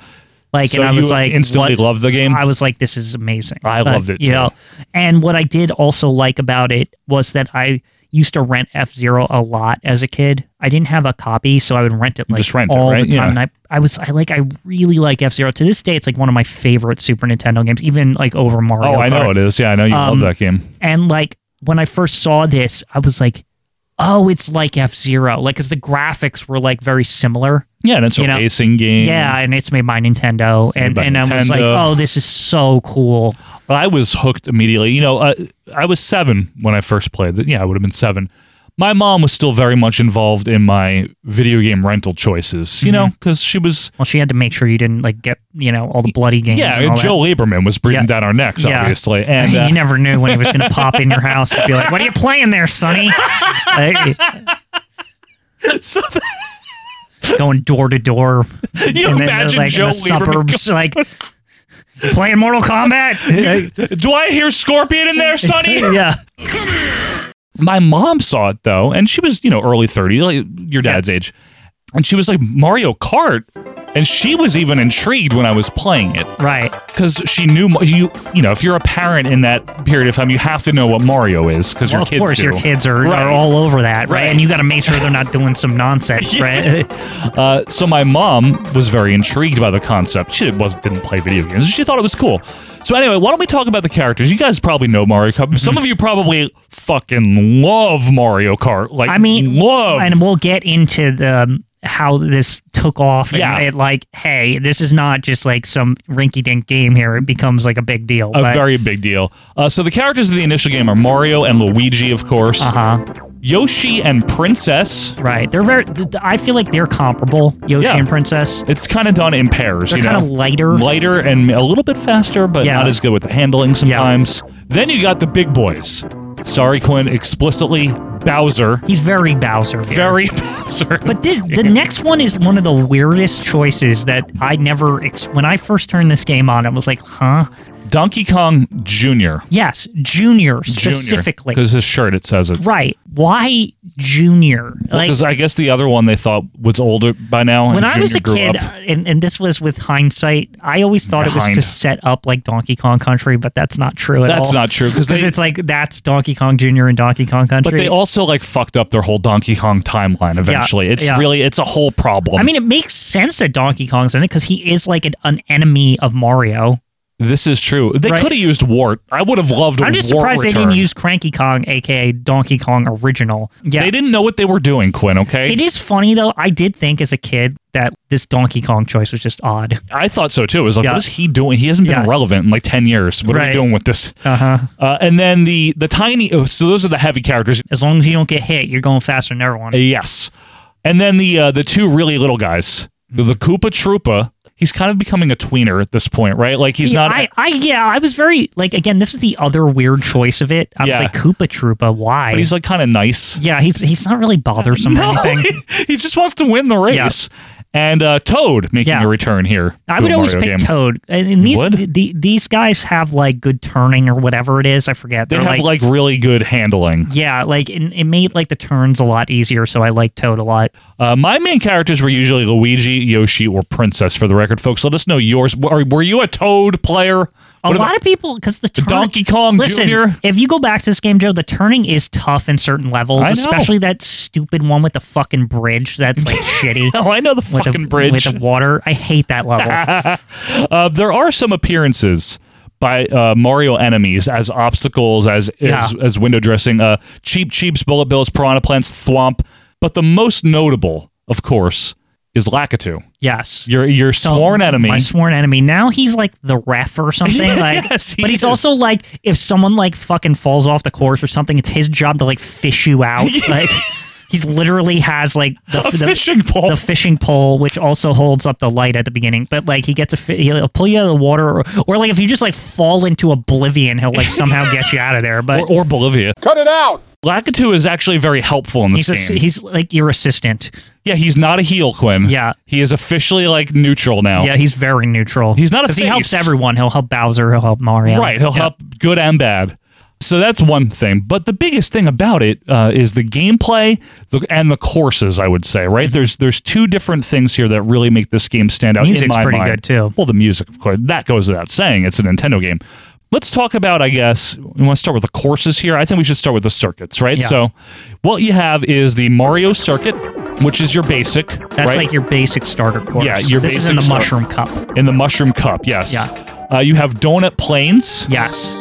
C: Like,
B: So
C: and I was
B: you
C: like,
B: instantly
C: what-
B: loved the game?
C: I was like, this is amazing.
B: I
C: Like,
B: loved it,
C: You
B: too.
C: know, and what I did also like about it was that I used to rent F Zero a lot as a kid. I didn't have a copy, so I would rent it like
B: just rent it,
C: all
B: right?
C: the time.
B: Yeah.
C: And I, I was, I like, I really like F Zero. To this day, it's like one of my favorite Super Nintendo games, even like over Mario.
B: oh, I know
C: Kart.
B: it is. Yeah, I know you love
C: Um,
B: that game.
C: And like when I first saw this, I was like, "Oh, it's like F Zero." Like, cause the graphics were like very similar.
B: Yeah, and it's a
C: you know,
B: racing game.
C: Yeah, and it's made by Nintendo, and
B: Mm. by
C: and I was like,
B: Nintendo.
C: "Oh, this is so cool."
B: I was hooked immediately. You know, uh, I was seven when I first played. it. Yeah, I would have been seven. My mom was still very much involved in my video game rental choices,
C: Mm-hmm.
B: you know, because she was
C: Well, she had to make sure you didn't like get you know all the bloody games.
B: Yeah,
C: and all
B: Joe Lieberman was breathing
C: Yeah.
B: down our necks,
C: that. Yeah.
B: obviously. And uh,
C: you never knew when he was going to pop in your house and be like, "What are you playing there, Sonny?" Like,
B: so,
C: just going door to door.
B: You
C: in the-
B: imagine
C: like,
B: Joe
C: in the
B: Lieberman
C: suburbs, like "You playing Mortal Kombat.
B: Do I hear Scorpion in there, Sonny?
C: yeah.
B: My mom saw it though, and she was, you know, early 30, like your dad's age. And she was like, Mario Kart. And she was even intrigued when I was playing it.
C: Right.
B: Because she knew, Ma- you you know, if you're a parent in that period of time, you have to know what Mario is because
C: Well,
B: your
C: of
B: kids
C: course,
B: do.
C: your kids are,
B: Right.
C: are all over that, right?
B: Right.
C: And you got to make sure they're not doing some nonsense, right?
B: uh, so my mom was very intrigued by the concept. She was didn't play video games. She thought it was cool. So anyway, why don't we talk about the characters? You guys probably know Mario Kart. Some of you probably fucking love Mario Kart. Like
C: I mean,
B: love.
C: and we'll get into the um, how this took off. And
B: Yeah.
C: it like, hey, this is not just like some rinky-dink game here. It becomes like a big deal.
B: a
C: but-
B: very big deal. Uh, so the characters of the initial game are Mario and Luigi, of course. Uh
C: huh.
B: Yoshi and Princess.
C: Uh-huh. Right. They're very. th- th- I feel like they're comparable. Yoshi
B: Yeah.
C: and Princess.
B: It's kind of done in pairs.
C: They're
B: you know?
C: kind of lighter.
B: lighter and a little bit faster, but
C: Yeah.
B: not as good with the handling sometimes. Then you got the big boys. Sorry, Quinn. Explicitly Bowser.
C: He's very Bowser.
B: Very Bowser.
C: But this, the next one is one of the weirdest choices that I never. Ex- when I first turned this game on, I was like, huh.
B: Donkey Kong Jr.
C: Yes, Junior specifically.
B: Because his shirt, it says it.
C: Right. Why Junior? Like
B: Because I guess the other one they thought was older by now. And
C: when I was
B: Junior
C: a
B: grew
C: kid,
B: up.
C: and, and this was with hindsight, I always thought it was
B: Behind.
C: to set up like Donkey Kong Country, but that's not true at all.
B: That's not true, 'cause they-
C: it's like that's Donkey Kong Junior and Donkey Kong Country.
B: But they also like fucked up their whole Donkey Kong timeline eventually. it's
C: yeah.
B: really it's a whole problem.
C: I mean, it makes sense that Donkey Kong's in it because he is like an, an enemy of Mario.
B: this is true. They
C: Right.
B: could have used Wart. I would have loved
C: I'm just
B: Wart
C: surprised they
B: return.
C: didn't use Cranky Kong, aka Donkey Kong original. Yeah,
B: They didn't know what they were doing, Quinn, okay?
C: it is funny though. I did think as a kid that this Donkey Kong choice was just odd.
B: I thought so too. It was like,
C: Yeah.
B: what is he doing? He hasn't been
C: Yeah.
B: relevant in like ten years. What are we
C: Right.
B: doing with this?
C: Uh huh.
B: Uh, and then the the tiny. Oh, so those are the heavy characters.
C: As long as you don't get hit, you're going faster than everyone.
B: Uh, yes. And then the uh, the two really little guys, the Koopa Troopa. He's kind of becoming a tweener at this point, right? Like he's
C: Yeah,
B: not.
C: I, I yeah, I was very like again. This was the other weird choice of it. I
B: Yeah.
C: was like Koopa Troopa. Why?
B: but he's like kind of nice.
C: yeah, he's he's not really bothersome or
B: No,
C: anything.
B: he, he just wants to win the race. And uh, Toad making
C: Yeah.
B: a return here.
C: I
B: to
C: would
B: a
C: always
B: Mario
C: pick
B: game.
C: Toad, and, and
B: You
C: these
B: would?
C: the, these guys have like good turning or whatever it is. I forget.
B: They
C: They're
B: have
C: like,
B: like really good handling.
C: yeah, like it, it made like the turns a lot easier. So I like Toad a lot.
B: Uh, my main characters were usually Luigi, Yoshi, or Princess. For the record, folks, let us know yours. Were, were you a Toad player?
C: A
B: What about-
C: lot of people because the turn,
B: Donkey Kong
C: listen,
B: Jr.?
C: If you go back to this game, Joe, the turning is tough in certain levels,
B: I know.
C: especially that stupid one with the fucking bridge. That's like shitty.
B: Oh, I know the
C: with
B: fucking
C: the,
B: bridge.
C: with the water. I hate that level.
B: uh, there are some appearances by uh, Mario enemies as obstacles, as as,
C: Yeah.
B: as window dressing. Uh, Cheap Cheeps, Bullet Bills, Piranha Plants, Thwomp. But the most notable, of course, is Lakitu.
C: yes.
B: Your your sworn enemy.
C: My sworn enemy. Now he's like the ref or something. Like,
B: Yes, he
C: but he's
B: is.
C: also like, if someone like fucking falls off the course or something, it's his job to like fish you out. Like, he's literally has like the,
B: A
C: the-
B: fishing pole.
C: the fishing pole, which also holds up the light at the beginning. But like, he gets a fi- he'll pull you out of the water, or, or like if you just like fall into oblivion, he'll like somehow get you out of there. But
B: or, or Bolivia.
E: Cut it out!
B: Lakitu is actually very helpful in this
C: he's a,
B: game.
C: he's like your assistant.
B: yeah, he's not a heel, Quinn.
C: Yeah.
B: He is officially like neutral now.
C: Yeah, he's very neutral.
B: Oh. He's not a
C: 'Cause he
B: face.
C: helps everyone. He'll help Bowser. He'll help Mario.
B: Right. He'll
C: Yeah.
B: help good and bad. So that's one thing. But the biggest thing about it uh, is the gameplay the, and the courses, I would say,
C: Mm-hmm.
B: right? There's there's two different things here that really make this game stand out in
C: Music's
B: my
C: pretty
B: mind.
C: good, too.
B: Well, the music, of course. That goes without saying. It's a Nintendo game. Let's talk about, I guess, we want to start with the courses here. I think we should start with the circuits, right?
C: Yeah.
B: So what you have is the Mario circuit, which is your basic.
C: That's
B: right?
C: like your basic starter course.
B: Yeah, your
C: this is
B: basic
C: in the
B: start-
C: mushroom cup.
B: in the mushroom cup, yes.
C: Yeah.
B: Uh, you have donut planes.
C: Yes,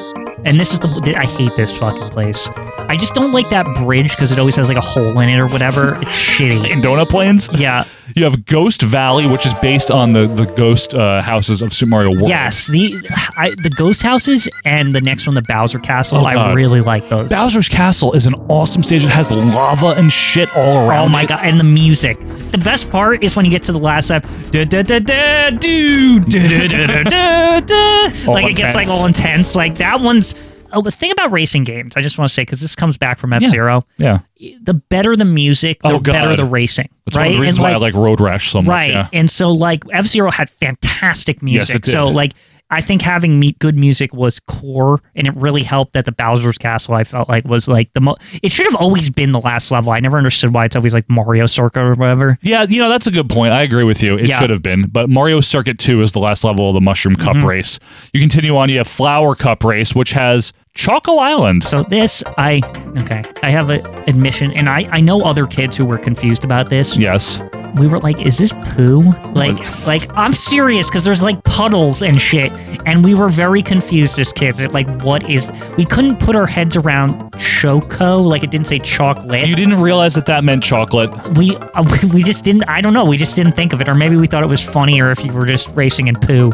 C: and this is the. th- I hate this fucking place. I just don't like that bridge because it always has like a hole in it or whatever. it's shitty.
B: In donut planes?
C: Yeah.
B: You have Ghost Valley, which is based on the the ghost uh, houses of Super Mario World.
C: Yes, the I, the ghost houses and the next one, the Bowser Castle.
B: Oh,
C: I
B: God.
C: really like those.
B: Bowser's Castle is an awesome stage. It has lava and shit all around.
C: Oh my
B: it.
C: god! And the music. The best part is when you get to the last step. Da da da da do da da da da da.
B: All
C: Like it
B: intense.
C: gets like all intense. Like that one's. oh, the thing about racing games, I just want to say because this comes back from F Zero.
B: Yeah.
C: The better the music, the
B: Oh, God.
C: better the racing.
B: That's one
C: right?
B: of the
C: And,
B: reasons why I like Road Rash so much.
C: right.
B: Yeah.
C: And so like F Zero had fantastic
B: Yes, it
C: music. so
B: did.
C: like I think having me- good music was core, and it really helped that the Bowser's Castle I felt like was like the most. It should have always been the last level. I never understood why it's always like Mario Circuit or whatever.
B: Yeah, you know, that's a good point. I agree with you. It
C: Yeah.
B: should have been. But Mario Circuit 2 is the last level of the Mushroom Cup
C: Mm-hmm.
B: race. You continue on, you have Flower Cup race, which has Choco Island.
C: So this, I okay, I have an admission, and I I know other kids who were confused about this.
B: Yes,
C: we were like, "Is this poo?" Like, like I'm serious because there's like puddles and shit, and we were very confused as kids. It, Like, what is? We couldn't put our heads around choco. Like, it didn't say chocolate.
B: You didn't realize that that meant chocolate.
C: We uh, we- we just didn't. I don't know. We just didn't think of it, or maybe we thought it was funnier if you were just racing in poo.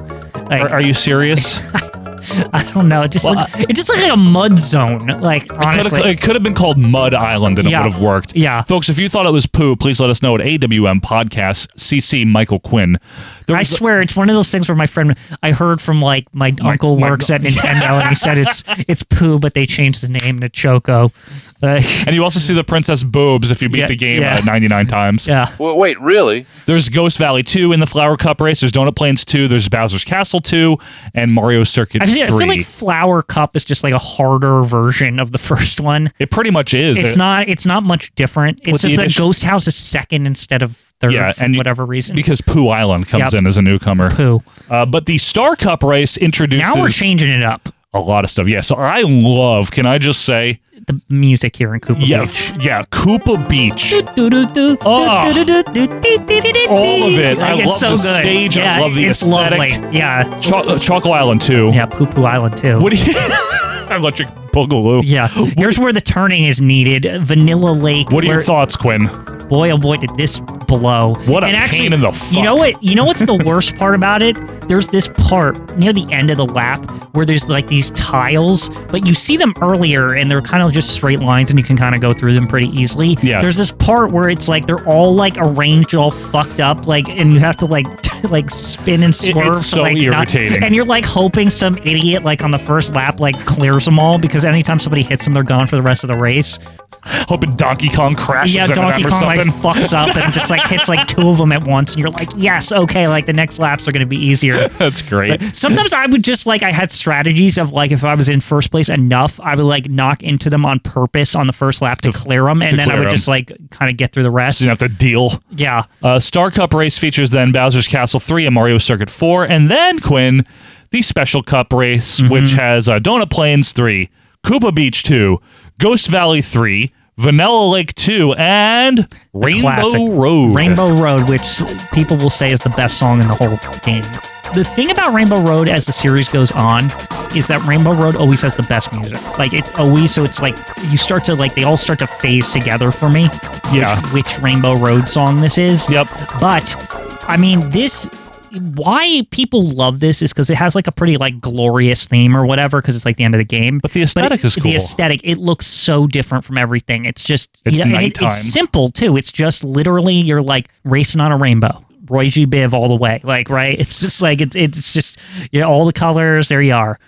C: Like,
B: Are, are you serious?
C: I don't know. It just
B: Well, uh
C: looked, it just looked like a mud zone. Like
B: It could, have,
C: honestly,
B: it could have been called Mud Island and
C: Yeah.
B: it would have worked.
C: Yeah.
B: Folks, if you thought it was poo, please let us know at AWM Podcast, CC Michael Quinn. There
C: I
B: was-
C: swear it's one of those things where my friend I heard from like my, uncle
B: my-
C: works at Nintendo and he said it's it's poo, but they changed the name to Choco. Like,
B: and you also see the Princess Boobs if you beat
C: Yeah,
B: the game
C: yeah.
B: uh, 99 times.
C: Yeah.
U: Well, wait, really?
B: There's Ghost Valley 2 in the Flower Cup race. There's Donut Plains 2. There's Bowser's Castle 2 and Mario Circuit
C: I, feel, I
B: 3.
C: feel like Flower Cup is just like a harder version of the first one.
B: It pretty much is. uh,
C: It's
B: It-
C: not. It's not much different. It's
B: With the
C: just that
B: addition-
C: Ghost House is second instead of third for
B: you-
C: whatever reason.
B: Because Pooh Island comes
C: Yep.
B: in as a newcomer.
C: Pooh.
B: Uh, but the Star Cup race introduces.
C: now we're changing it up.
B: A lot of stuff. Yeah. So I love, can I just say?
C: The music here in Koopa
B: yeah,
C: Beach.
B: f- yeah, Koopa Beach.
C: Oh, all
B: All of it. I
C: Like, it's
B: love
C: so
B: the
C: good.
B: stage.
C: Yeah,
B: I love the
C: it's
B: aesthetic.
C: lovely. Yeah.
B: Cho- uh, Choco Island too.
C: Yeah, Poo Poo Island too.
B: What do you? Electric Boogaloo.
C: Yeah. Here's where the turning is needed. Vanilla Lake.
B: What are your
C: where-
B: thoughts, Quinn?
C: Boy, oh boy, did this blow!
B: What a pain in the fuck.
C: You know what? You know what's the worst part about it? There's this part near the end of the lap where there's like these tiles, but you see them earlier, and they're kind of just straight lines, and you can kind of go through them pretty easily.
B: Yeah.
C: There's this part where it's like they're all like arranged, all fucked up, like, and you have to like like spin and
B: it's
C: swerve. to,
B: so
C: like, not-
B: irritating.
C: and you're like hoping some idiot like on the first lap like clears them all because anytime somebody hits them, they're gone for the rest of the race.
B: Hoping Donkey Kong crashes.
C: Yeah,
B: into them
C: Donkey
B: or
C: Kong like
B: something.
C: fucks up and just like hits like two of them at once, and you're like, yes, okay, like the next laps are gonna be easier.
B: That's great.
C: But sometimes I would just like I had strategies of like if I was in first place enough, I would like knock into them on purpose on the first lap to, clear them, and
B: to
C: then I
B: clear
C: would
B: 'em.
C: just like kind of get through the rest.
B: So you don't have to deal.
C: Yeah.
B: Uh, Star Cup race features then Bowser's Castle 3 and Mario Circuit 4, and then Quinn, the Special Cup race,
C: Mm-hmm.
B: which has uh, Donut Plains 3, Koopa Beach 2, Ghost Valley 3, Vanilla Lake 2, and Rainbow
C: classic
B: Road.
C: Rainbow Road, which people will say is the best song in the whole game. The thing about Rainbow Road as the series goes on is that Rainbow Road always has the best music. Like it's always so it's like you start to like they all start to phase together for me.
B: Yeah.
C: Which, which Rainbow Road song this is.
B: Yep.
C: But I mean this why people love this is because it has like a pretty like glorious theme or whatever because it's like the end of the game. But
B: the aesthetic
C: it-
B: is cool.
C: The aesthetic it looks so different from everything. It's just
B: It's
C: and it-
B: nighttime.
C: it's simple too. It's just literally you're like racing on a rainbow. Roy G. Biv all the way. Like, right? It's just like it's it's just you know, all the colors, there you are.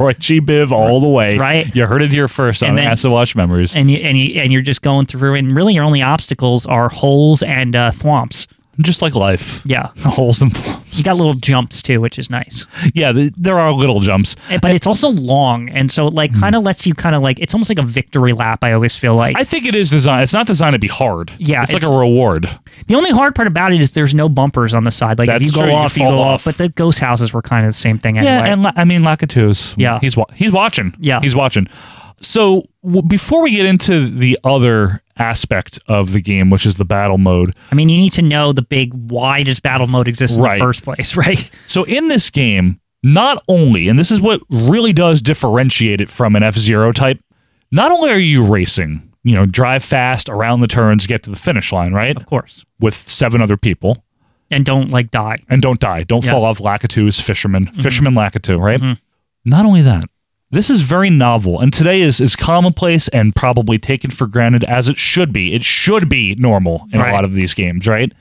B: Roy G. Biv all the way.
C: Right.
B: You heard it here first
C: And
B: on
C: then-
B: Acid Watch Memories.
C: And you and you and you're just going through and really your only obstacles are holes and uh thwomps.
B: Just like life.
C: Yeah.
B: Holes and thwomps.
C: You got little jumps too, which is nice.
B: Yeah, th- there are little jumps.
C: Eh, But it's also long and so it like
B: Hmm.
C: kinda lets you kinda like it's almost like a victory lap, I always feel like.
B: I think it is designed. It's not designed to be hard.
C: Yeah,
B: it's, like
C: it's-
B: a reward.
C: the only hard part about it is there's no bumpers on the side. Like
B: That's
C: if you go
B: true, you
C: off, you,
B: fall
C: go
B: off.
C: off. But the ghost houses were kind of the same thing anyway.
B: Yeah, and la- I mean Lakatu's.
C: Yeah.
B: he's wa- he's watching.
C: Yeah.
B: he's watching. So w- before we get into the other aspect of the game, which is the battle mode,
C: I mean, you need to know the big why does battle mode exist in
B: Right.
C: the first place, right?
B: So in this game, not only, and this is what really does differentiate it from an F Zero type, not only are you racing, you know, drive fast around the turns, get to the finish line, right? Of
C: course.
B: With seven other people.
C: And don't like die.
B: And don't die. Don't
C: Yeah. Mm-hmm.
B: fall off Lakitu's fisherman, fisherman Lakitu, right? Not only that, this is very novel and today is, is commonplace and probably taken for granted as it should be. It should be normal in a
C: Right.
B: lot of these games, right?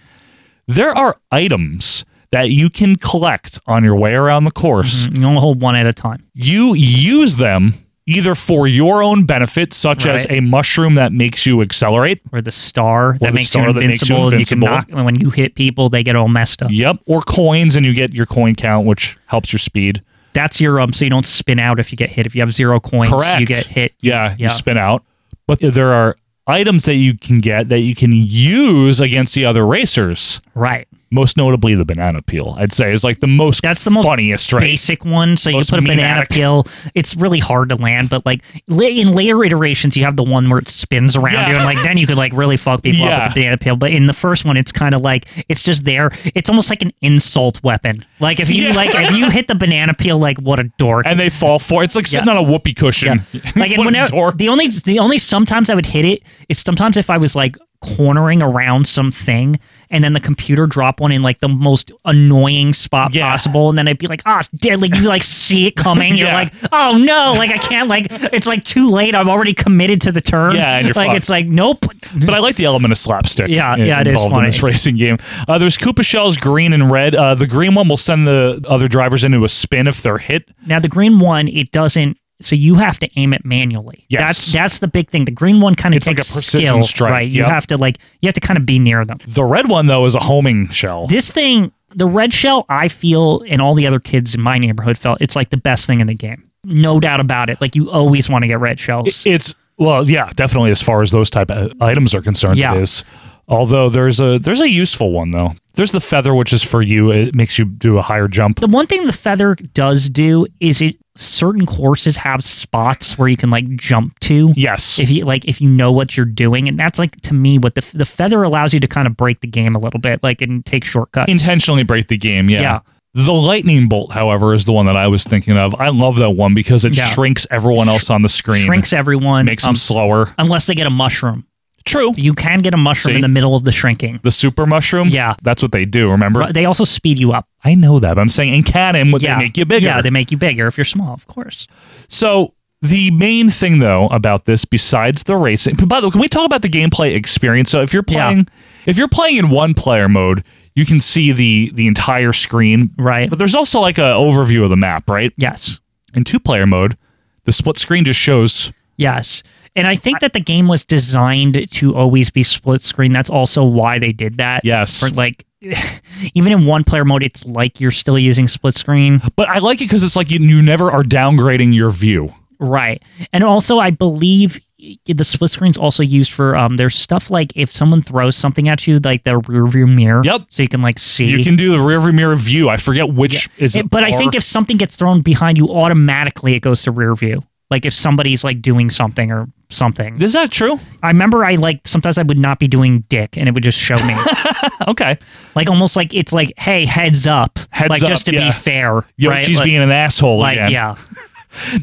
B: There are items that you can
C: Mm-hmm.
B: collect on your way around the course.
C: You only hold one at a time.
B: You use them either for your own benefit, such as
C: Right.
B: a mushroom that makes you accelerate,
C: or the star that makes you invincible. You can knock when you hit people, they get all messed up.
B: Yep, or coins, and you get your coin count, which helps your speed.
C: That's your um, so you don't spin out if you get hit. If you have zero coins,
B: Correct.
C: you get hit.
B: Yeah,
C: Yeah.
B: you spin out. But there are items that you can get that you can use against the other racers.
C: Right.
B: Most notably, the banana peel. I'd say is like the most. That's the most funniest race.
C: Basic one. So you
B: Most
C: put a banana
B: maniac.
C: peel. It's really hard to land, but like la- in later iterations, you have the one where it spins around
B: Yeah.
C: you, and like then you could like really fuck people up
B: Yeah.
C: with the banana peel. But in the first one, it's kind of like it's just there. It's almost like an insult weapon. Like if you
B: Yeah.
C: like if you hit the banana peel, like what a dork.
B: And they fall for it. it's like sitting
C: Yeah.
B: on a whoopee cushion.
C: Like and
B: What a
C: whenever the only the only sometimes I would hit it is sometimes if I was like cornering around something and then the computer drop one in like the most annoying spot possible and then I'd be like ah dead like you like see it coming you're
B: Yeah.
C: like oh no like I can't like it's like too late I've already committed to the turn
B: Yeah, and you're
C: like
B: fucked.
C: it's like nope
B: but I like the element of slapstick.
C: Yeah,
B: in-
C: yeah, it is
B: involved in this
C: funny.
B: racing game. Uh, there's Koopa shells, green and red. Uh, the green one will send the other drivers into a spin if they're hit.
C: Now the green one, it doesn't. So you have to aim it manually.
B: Yes.
C: that's that's the big thing. The green one kind of
B: It's like
C: takes
B: a precision
C: skill,
B: strike,
C: right? You
B: yep.
C: have to like you have to kind of be near them.
B: The red one though is a homing shell.
C: This thing, the red shell, I feel, and all the other kids in my neighborhood felt it's like the best thing in the game. No doubt about it. Like you always want to get red shells.
B: It's well, yeah, definitely as far as those type of items are concerned,
C: Yeah.
B: it is. Although there's a there's a useful one though. There's the feather, which is for you. It makes you do a higher jump.
C: the one thing the feather does do is it certain courses have spots where you can like jump to.
B: Yes.
C: If you like if you know what you're doing and that's like to me what the the feather allows you to kind of break the game a little bit like and take shortcuts.
B: Intentionally break the game. Yeah.
C: Yeah.
B: The lightning bolt, however, is the one that I was thinking of. I love that one because it
C: Yeah.
B: shrinks everyone else on the screen.
C: shrinks everyone.
B: makes
C: um,
B: them slower.
C: unless they get a mushroom.
B: True.
C: You can get a mushroom
B: See?
C: in the middle of the shrinking.
B: The super mushroom.
C: Yeah.
B: That's what they do. Remember?
C: But they also speed you up.
B: I know that. But I'm saying in Cadim, what
C: yeah.
B: they make you bigger.
C: Yeah, they make you bigger if you're small, of course.
B: So the main thing though about this, besides the racing, by the way, can we talk about the gameplay experience? So if you're playing, if you're playing in one player mode, you can see the the entire screen,
C: right?
B: But there's also like a overview of the map, right?
C: Yes.
B: In two player mode, the split screen just shows.
C: Yes. And I think that the game was designed to always be split screen. That's also why they did that.
B: Yes.
C: For like even in one player mode, it's like you're still using split screen.
B: But I like it because it's like you, you never are downgrading your view.
C: Right. And also, I believe the split screen's also used for um there's stuff like if someone throws something at you like the rear view mirror
B: Yep.
C: so you can like see
B: You can do the rearview mirror view. I forget which is.
C: It- but I think if something gets thrown behind you automatically it goes to rear view like if somebody's like doing something or something
B: is that true?
C: I remember I like sometimes I would not be doing dick and it would just show me
B: okay
C: like almost like it's like hey heads up
B: Heads
C: like
B: up,
C: just to
B: yeah.
C: be fair
B: Yo,
C: right?
B: she's
C: Like-
B: being an asshole
C: like
B: again.
C: yeah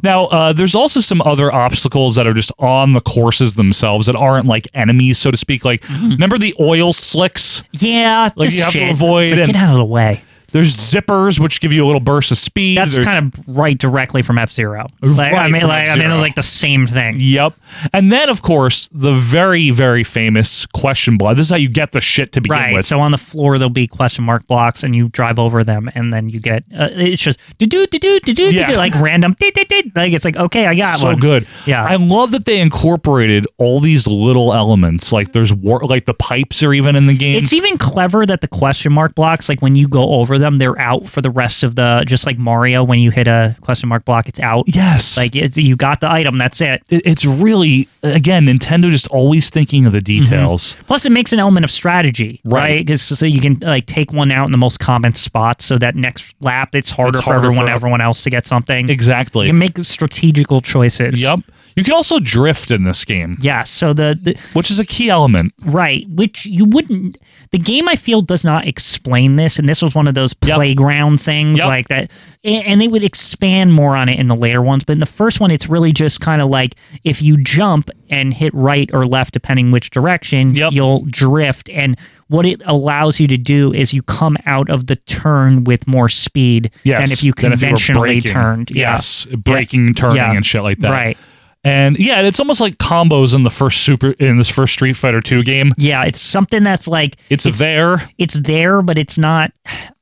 B: Now, uh, there's also some other obstacles that are just on the courses themselves that aren't like enemies, so to speak. Like,
C: Mm-hmm.
B: remember the oil slicks?
C: yeah
B: Like,
C: this
B: you have to
C: shit.
B: avoid
C: It's like,
B: and-
C: get out of the way
B: There's zippers, which give you a little burst of speed.
C: That's kind of right directly from F Zero. Like, I
B: Right
C: mean,
B: from
C: like, I mean, it
B: F-Zero.
C: was like the same thing.
B: Yep. And then, of course, the very, very famous question blood. This is how you get the shit to begin
C: Right.
B: with.
C: So on the floor there'll be question mark blocks, and you drive over them, and then you get uh, it's just do do do do do do
B: Yeah.
C: like random do do do like it's like okay, I got
B: so
C: one.
B: good.
C: Yeah.
B: I love that they incorporated all these little elements. Like there's war, like the pipes are even in the game.
C: It's even clever that the question mark blocks, like when you go over them, they're out for the rest of the. Just like Mario, when you hit a question mark block, it's out.
B: Yes.
C: like it's, you got the item. That's it.
B: It- it's really again Nintendo just always thinking of the
C: Mm-hmm.
B: details.
C: Plus, it makes an element of strategy, right? Because so you can like take one out in the most common spot, so that next lap it's harder,
B: It's harder
C: for everyone
B: for-
C: everyone else to get something.
B: Exactly.
C: You can make strategical choices.
B: Yep. You can also drift in this game.
C: Yeah. So the, the
B: Which is a key element.
C: right, which you wouldn't. The game I feel does not explain this, and this was one of those playground things
B: Yep.
C: like that. And, and they would expand more on it in the later ones, but in the first one, it's really just kind of like if you jump and hit right or left, depending which direction, you'll drift. And what it allows you to do is you come out of the turn with more speed
B: Yes.
C: than if you
B: than were
C: conventionally
B: braking.
C: turned. Yeah.
B: Yes. Breaking, turning,
C: Yeah.
B: and shit like that.
C: Right.
B: And yeah, it's almost like combos in the first super in this first Street Fighter Two game.
C: Yeah, it's something that's like
B: It's, there.
C: it's there, but it's not.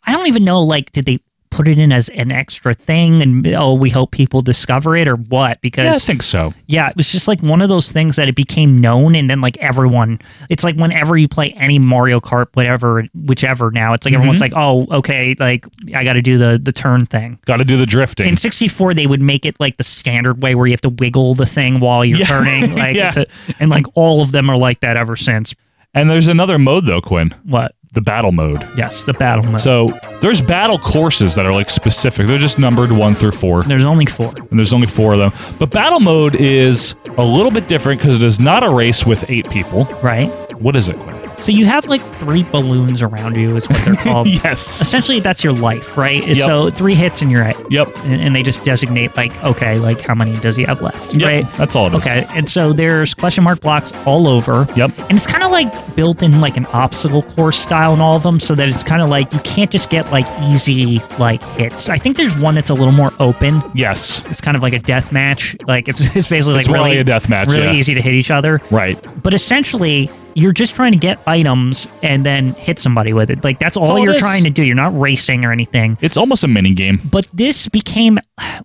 C: I don't even know. Like, did they put it in as an extra thing and oh we hope people discover it or what because
B: Yeah, I think so.
C: yeah, it was just like one of those things that it became known, and then like everyone, it's like whenever you play any Mario Kart, whatever, whichever now, it's like everyone's
B: Mhm.
C: like, oh, okay, like I got to do the the turn thing.
B: Got to do the drifting.
C: In '64, they would make it like the standard way where you have to wiggle the thing while you're
B: Yeah.
C: turning, like,
B: Yeah.
C: to- and like all of them are like that ever since.
B: And there's another mode though, Quinn.
C: What?
B: The battle mode.
C: Yes, the battle mode.
B: So there's battle courses that are like specific. They're just numbered one through four.
C: There's only four.
B: And there's only four of them. But battle mode is a little bit different because it is not a race with eight people.
C: Right.
B: What is it, Quinn?
C: So you have like three balloons around you, is what they're called.
B: yes.
C: Essentially, that's your life, right?
B: Yep.
C: So three hits and you're out.
B: Yep.
C: And, and they just designate like, okay, like how many does he have left?
B: Yep,
C: Right.
B: That's all it is.
C: Okay. And so there's question mark blocks all over.
B: Yep.
C: And it's kind of like built in like an obstacle course style in all of them, so that it's kind of like you can't just get like easy like hits. I think there's one that's a little more open.
B: Yes.
C: It's kind of like a death match. Like it's it's basically
B: It's
C: like
B: more
C: really
B: like a death match,
C: Really
B: yeah.
C: easy to hit each other.
B: Right.
C: But essentially. You're just trying to get items and then hit somebody with it. Like that's all,
B: all it
C: you're
B: is.
C: trying to do. You're not racing or anything
B: It's almost a mini game.
C: but this became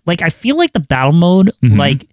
C: like I feel like the battle mode
B: Mhm.
C: like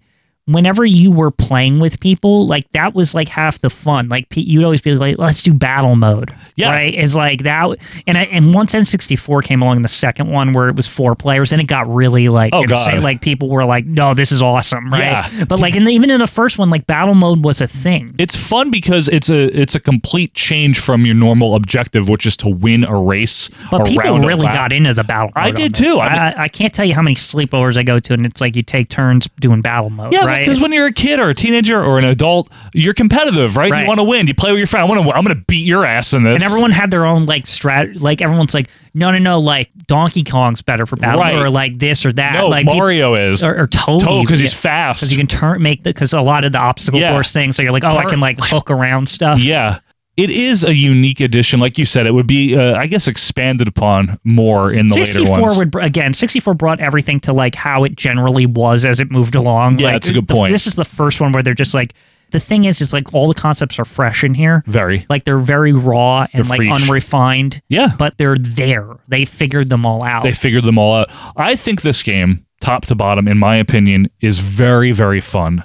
C: whenever you were playing with people like that was like half the fun like pe- you'd always be like let's do battle mode
B: Yeah.
C: right is like that and I, and once N64 came along the second one where it was four players and it got really like
B: Oh,
C: insane.
B: God.
C: like people were like no this is awesome right
B: Yeah.
C: but like in the, even in the first one like battle mode was a thing
B: It's fun because it's a it's a complete change from your normal objective, which is to win a race.
C: But
B: a
C: people
B: round, a
C: really
B: lap.
C: got into the battle.
B: I
C: mode
B: did
C: on this.
B: too. I mean-
C: I, I, can't tell you how many sleepovers I go to, and it's like you take turns doing battle mode.
B: Yeah,
C: right?
B: because when you're a kid or a teenager or an adult, you're competitive, right?
C: Right.
B: You want to win. You play with your friend. I want to. I'm going to beat your ass in this.
C: and everyone had their own like strat. Like everyone's like, no, no, no. Like Donkey Kong's better for battle,
B: Right.
C: or like this or that.
B: No,
C: like
B: Mario is.
C: or, or Toad
B: Toad, 'cause he's fast.
C: because you can turn make the because a lot of the obstacle
B: Yeah.
C: course things. So you're like, oh, I can like hook around stuff.
B: Yeah. It is a unique edition, like you said. It would be, uh, I guess, expanded upon more in the later
C: 64
B: ones.
C: would br- again 64 brought everything to like how it generally was as it moved along
B: Yeah,
C: like,
B: that's a good
C: the-
B: point.
C: this is the first one where they're just like the thing is is like all the concepts are fresh in here
B: Very.
C: like they're very raw and
B: They're
C: like
B: fresh.
C: unrefined
B: yeah
C: but they're there they figured them all out
B: They figured them all out. I think this game, top to bottom, in my opinion, is very, very fun.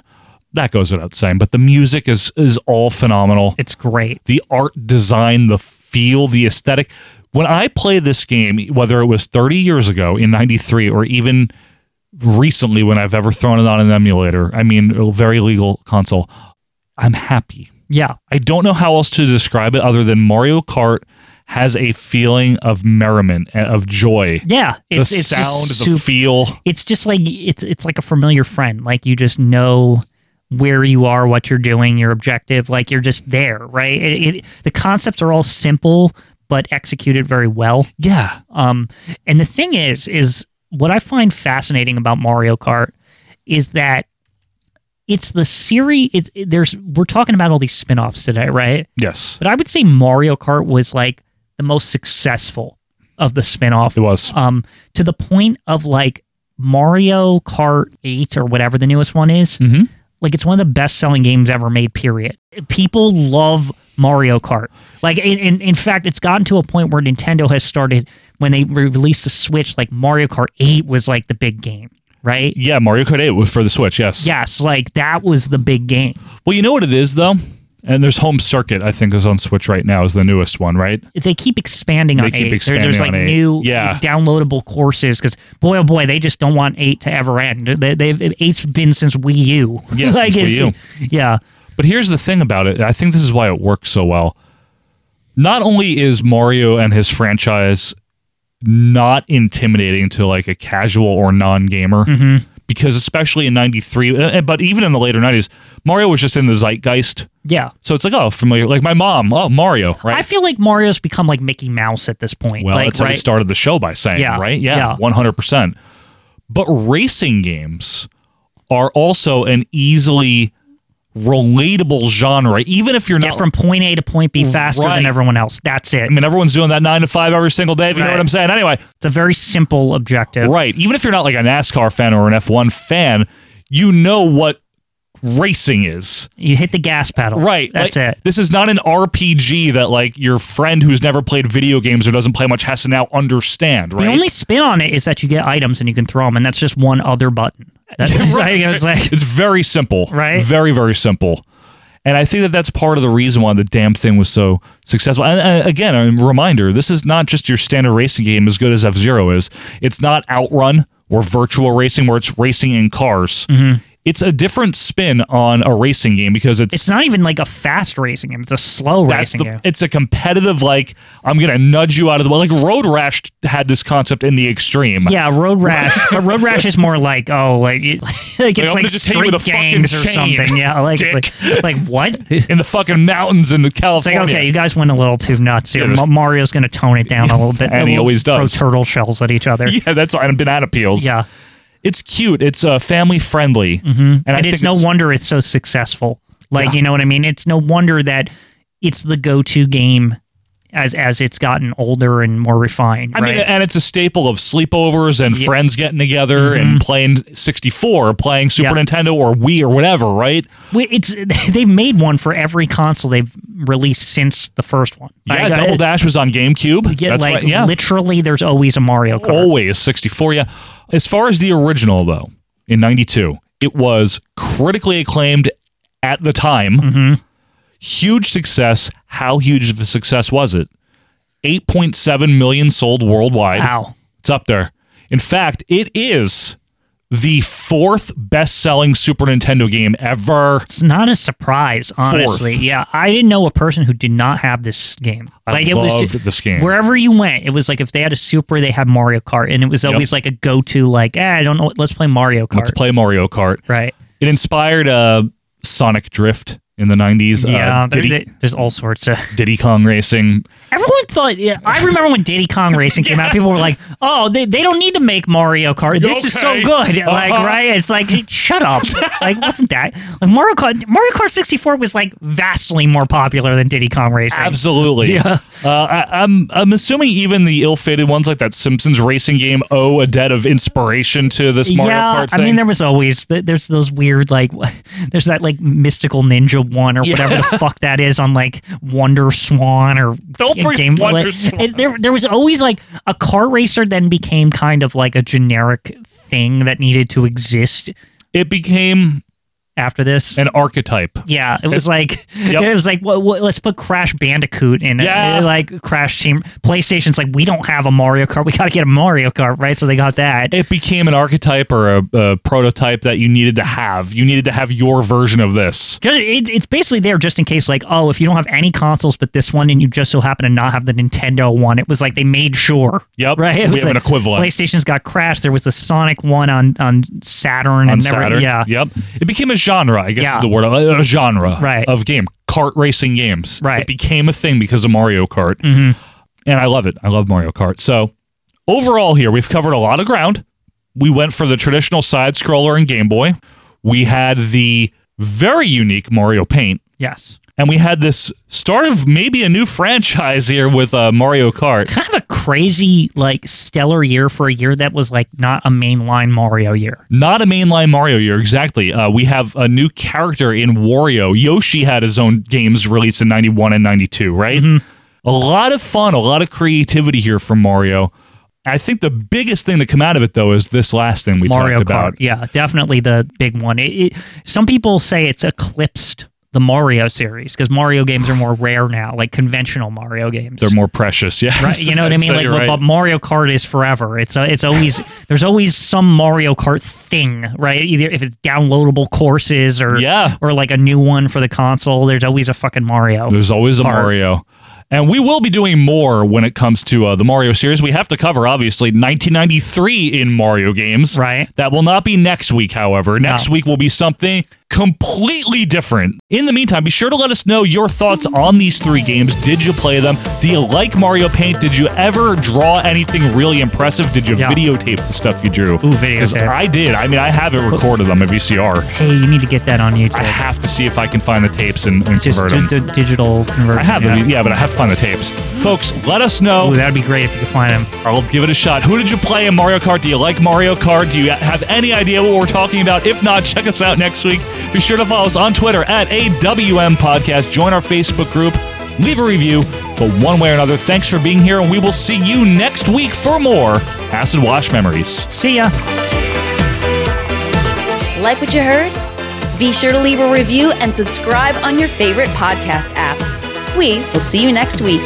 B: That goes without saying, but the music is is all phenomenal.
C: It's great.
B: The art design, the feel, the aesthetic. When I play this game, whether it was 30 years ago in 93 or even recently when I've ever thrown it on an emulator, I mean, a very legal console, I'm happy.
C: yeah
B: I don't know how else to describe it other than Mario Kart has a feeling of merriment, and of joy.
C: yeah
B: The
C: it's it's just
B: sound, the
C: sup-
B: feel.
C: it's just like it's it's like a familiar friend like you just know where you are what you're doing your objective like you're just there right it, it the concepts are all simple but executed very well
B: Yeah.
C: Um, and the thing is, is what I find fascinating about Mario Kart is that it's the series. It's it- there's we're talking about all these spin-offs today, right?
B: Yes.
C: But I would say Mario Kart was like the most successful of the spin-off. It
B: was.
C: Um, to the point of like Mario Kart 8 or whatever the newest one is.
B: Mm-hmm.
C: Like it's one of the best-selling games ever made, period. People love Mario Kart. Like in, in, in fact, it's gotten to a point where Nintendo has started when they re- released the Switch, like Mario Kart 8 was like the big game, right?
B: Yeah, Mario Kart 8 was for the Switch, yes.
C: Yes, like that was the big game.
B: Well, you know what it is though? And there's Home Circuit, I think, is on Switch right now, is the newest one, right?
C: They keep expanding
B: They
C: on
B: keep
C: 8. There-
B: expanding
C: there's like
B: on 8.
C: new
B: Yeah.
C: downloadable courses because boy oh boy, they just don't want 8 to ever end. They, they've 8's been since Wii U.
B: Yeah, since Wii
C: U. Yeah.
B: But here's the thing about it. I think this is why it works so well. Not only is Mario and his franchise not intimidating to like a casual or non-gamer because especially in 93 uh, but even in the later 90s Mario was just in the zeitgeist.
C: Yeah.
B: So it's like oh familiar like my mom, oh Mario, right?
C: I feel like Mario's become like Mickey Mouse at this point.
B: Well,
C: like,
B: that's how we
C: right?
B: started the show by saying,
C: Yeah,
B: right?
C: yeah.
B: Yeah, one hundred percent. But racing games are also an easily relatable genre, even if you're
C: Get
B: not
C: from point A to point B faster
B: Right.
C: than everyone else. That's it.
B: I mean, everyone's doing that nine to five every single day. If you know
C: Right.
B: what I'm saying. Anyway,
C: it's a very simple objective.
B: right. Even if you're not like a NASCAR fan or an F1 fan, you know what racing is.
C: You hit the gas pedal.
B: Right.
C: That's
B: like,
C: it.
B: This is not an RPG that like your friend who's never played video games or doesn't play much has to now understand, right?
C: The only spin on it is that you get items and you can throw them, and that's just one other button. That's
B: Right.
C: like, it's like
B: it's very simple, right? Very very simple, and I think that that's part of the reason why the damn thing was so successful. And, and again, a reminder: this is not just your standard racing game. As good as F Zero is, it's not Outrun or virtual racing where it's racing in cars.
C: Mm-hmm.
B: It's a different spin on a racing game because it's
C: it's not even like a fast racing game. It's a slow
B: that's
C: racing
B: the
C: game.
B: it's a competitive like I'm gonna nudge you out of the way. Like Road Rash had this concept in the extreme.
C: Yeah, Road Rash. but Road Rash is more like oh, like, you, like
B: I'm
C: it's like
B: gonna just hit you with
C: street
B: a fucking
C: gangs or
B: chain,
C: something. Yeah, like
B: dick. Oh,
C: it's like, like what?
B: in the fucking mountains in the
C: It's like
B: California.
C: okay, you guys went a little too nuts here. Ma- Mario's going to tone it down a little bit,
B: And he
C: We'll
B: always does.
C: Throw turtle shells at each other.
B: yeah, that's and banana peels.
C: Yeah.
B: it's cute. It's uh, family friendly, mm-hmm.
C: And, it's no wonder it's so successful. Like, you know what I mean? It's no wonder that it's the go-to game as as it's gotten older and more refined.
B: I
C: right?
B: mean, and it's a staple of sleepovers and
C: Yeah.
B: friends getting together and playing 64, or playing Super Nintendo or Wii or whatever, right?
C: Wait, it's they've made one for every console they've released since the first one.
B: Yeah,
C: Like,
B: Double
C: uh,
B: Dash was on GameCube.
C: Yeah,
B: That's
C: like
B: right, yeah. Oh,
C: literally, there's always a Mario Kart.
B: Always 64, yeah. As far as the original, though, in 92, it was critically acclaimed at the time. Huge success. How huge of a success was it? 8.7 million sold worldwide.
C: Wow.
B: It's up there. In fact, it is the fourth best selling Super Nintendo game ever.
C: It's not a surprise, honestly.
B: Fourth.
C: Yeah, I didn't know a person who did not have this game.
B: I
C: it
B: loved
C: was
B: this game.
C: Wherever you went, it was like if they had a Super, they had Mario Kart, and it was
B: Yep.
C: always like a go-to. Like, eh, I don't know, let's play Mario Kart.
B: Let's play Mario Kart.
C: Right.
B: It inspired uh, Sonic Drift in the 90s.
C: Yeah,
B: uh,
C: there-
B: Diddy,
C: there- there's all sorts of.
B: Diddy Kong Racing.
C: Everyone thought. Yeah, I remember when Diddy Kong Racing came out. People were like, "Oh, they, they don't need to make Mario Kart. This is so
B: Okay.
C: good." Like,
B: Uh-huh.
C: right? It's like, shut up. like, wasn't that like Mario Kart? Mario Kart 64 was like vastly more popular than Diddy Kong Racing.
B: Absolutely.
C: Yeah.
B: Uh, I, I'm I'm assuming even the ill-fated ones like that Simpsons racing game owe a debt of inspiration to this Mario
C: yeah,
B: Kart thing.
C: I mean, there was always th- there's those weird like there's that like mystical ninja one or
B: Yeah.
C: whatever the fuck that is on like Wonder Swan or
B: Don't
C: G-
B: bring Wonder
C: like,
B: Swan.
C: and there there was always like a car racer then became kind of like a generic thing that needed to exist
B: it became
C: after this
B: an archetype.
C: yeah, it was like
B: Yep.
C: it was like well, well, let's put Crash Bandicoot in it.
B: Yeah.
C: Uh, like Crash Team PlayStation's like we don't have a Mario Kart, we got to get a Mario Kart, right? So they got that.
B: It became an archetype or a, a prototype that you needed to have. You needed to have your version of this.
C: 'Cause it, it's basically there just in case, like, oh, if you don't have any consoles but this one, and you just so happen to not have the Nintendo one, it was like they made sure.
B: Yep.
C: Right. It
B: We
C: was
B: have an
C: like
B: equivalent.
C: PlayStation's got Crash. There was the Sonic one on on Saturn
B: on
C: and never,
B: Saturn.
C: yeah.
B: Yep. It became a genre, I guess
C: Yeah.
B: is the word. A a genre
C: Right.
B: of game. Kart racing games.
C: Right. Mm-hmm.
B: It became a thing because of Mario Kart. And I love it. I love Mario Kart. So overall here, we've covered a lot of ground. We went for the traditional side scroller and Game Boy. We had the very unique Mario Paint.
C: Yes.
B: And we had this start of maybe a new franchise here with uh, Mario Kart.
C: Kind of a crazy, like, stellar year for a year that was like not a mainline Mario year.
B: Not a mainline Mario year, exactly. Uh, we have a new character in Wario. Yoshi had his own games released in 91 and 92, right?
C: Mm-hmm.
B: A lot of fun, a lot of creativity here from Mario. I think the biggest thing to come out of it, though, is this last thing we
C: Mario Kart.
B: talked about.
C: Yeah, definitely the big one. It, it, some people say it's eclipsed the Mario series because Mario games are more rare now, like conventional Mario games.
B: They're more precious, yeah.
C: Right, you know what I
B: I'd
C: mean?
B: say
C: Like,
B: you're
C: but,
B: right.
C: but Mario Kart is forever. It's a, it's always there's always some Mario Kart thing, right? Either if it's downloadable courses or
B: Yeah.
C: or like a new one for the console. There's always a fucking Mario.
B: There's always a
C: Kart.
B: Mario. And we will be doing more when it comes to uh, the Mario series. We have to cover, obviously, 1993 in Mario games.
C: Right.
B: That will not be next week, however. Next week will be something completely different. In the meantime, be sure to let us know your thoughts on these three games. Did you play them? Do you like Mario Paint? Did you ever draw anything really impressive? Did you
C: Yeah.
B: videotape the stuff you drew? Ooh,
C: videotape.
B: I did. I mean, I have it recorded on my VCR.
C: Hey, you need to get that on YouTube.
B: I have to see if I can find the tapes and, and
C: Just
B: convert
C: do
B: them.
C: the digital conversion.
B: I have
C: yeah.
B: yeah. yeah, but I have to find the tapes. Folks, let us know.
C: Ooh, that'd be great if you could find them.
B: I'll give it a shot. Who did you play in Mario Kart? Do you like Mario Kart? Do you have any idea what we're talking about? If not, check us out next week Be sure to follow us on Twitter at AWM Podcast. Join our Facebook group. Leave a review. But one way or another, thanks for being here, and we will see you next week for more Acid Wash Memories.
C: See ya.
A: Like what you heard? Be sure to leave a review and subscribe on your favorite podcast app. We will see you next week.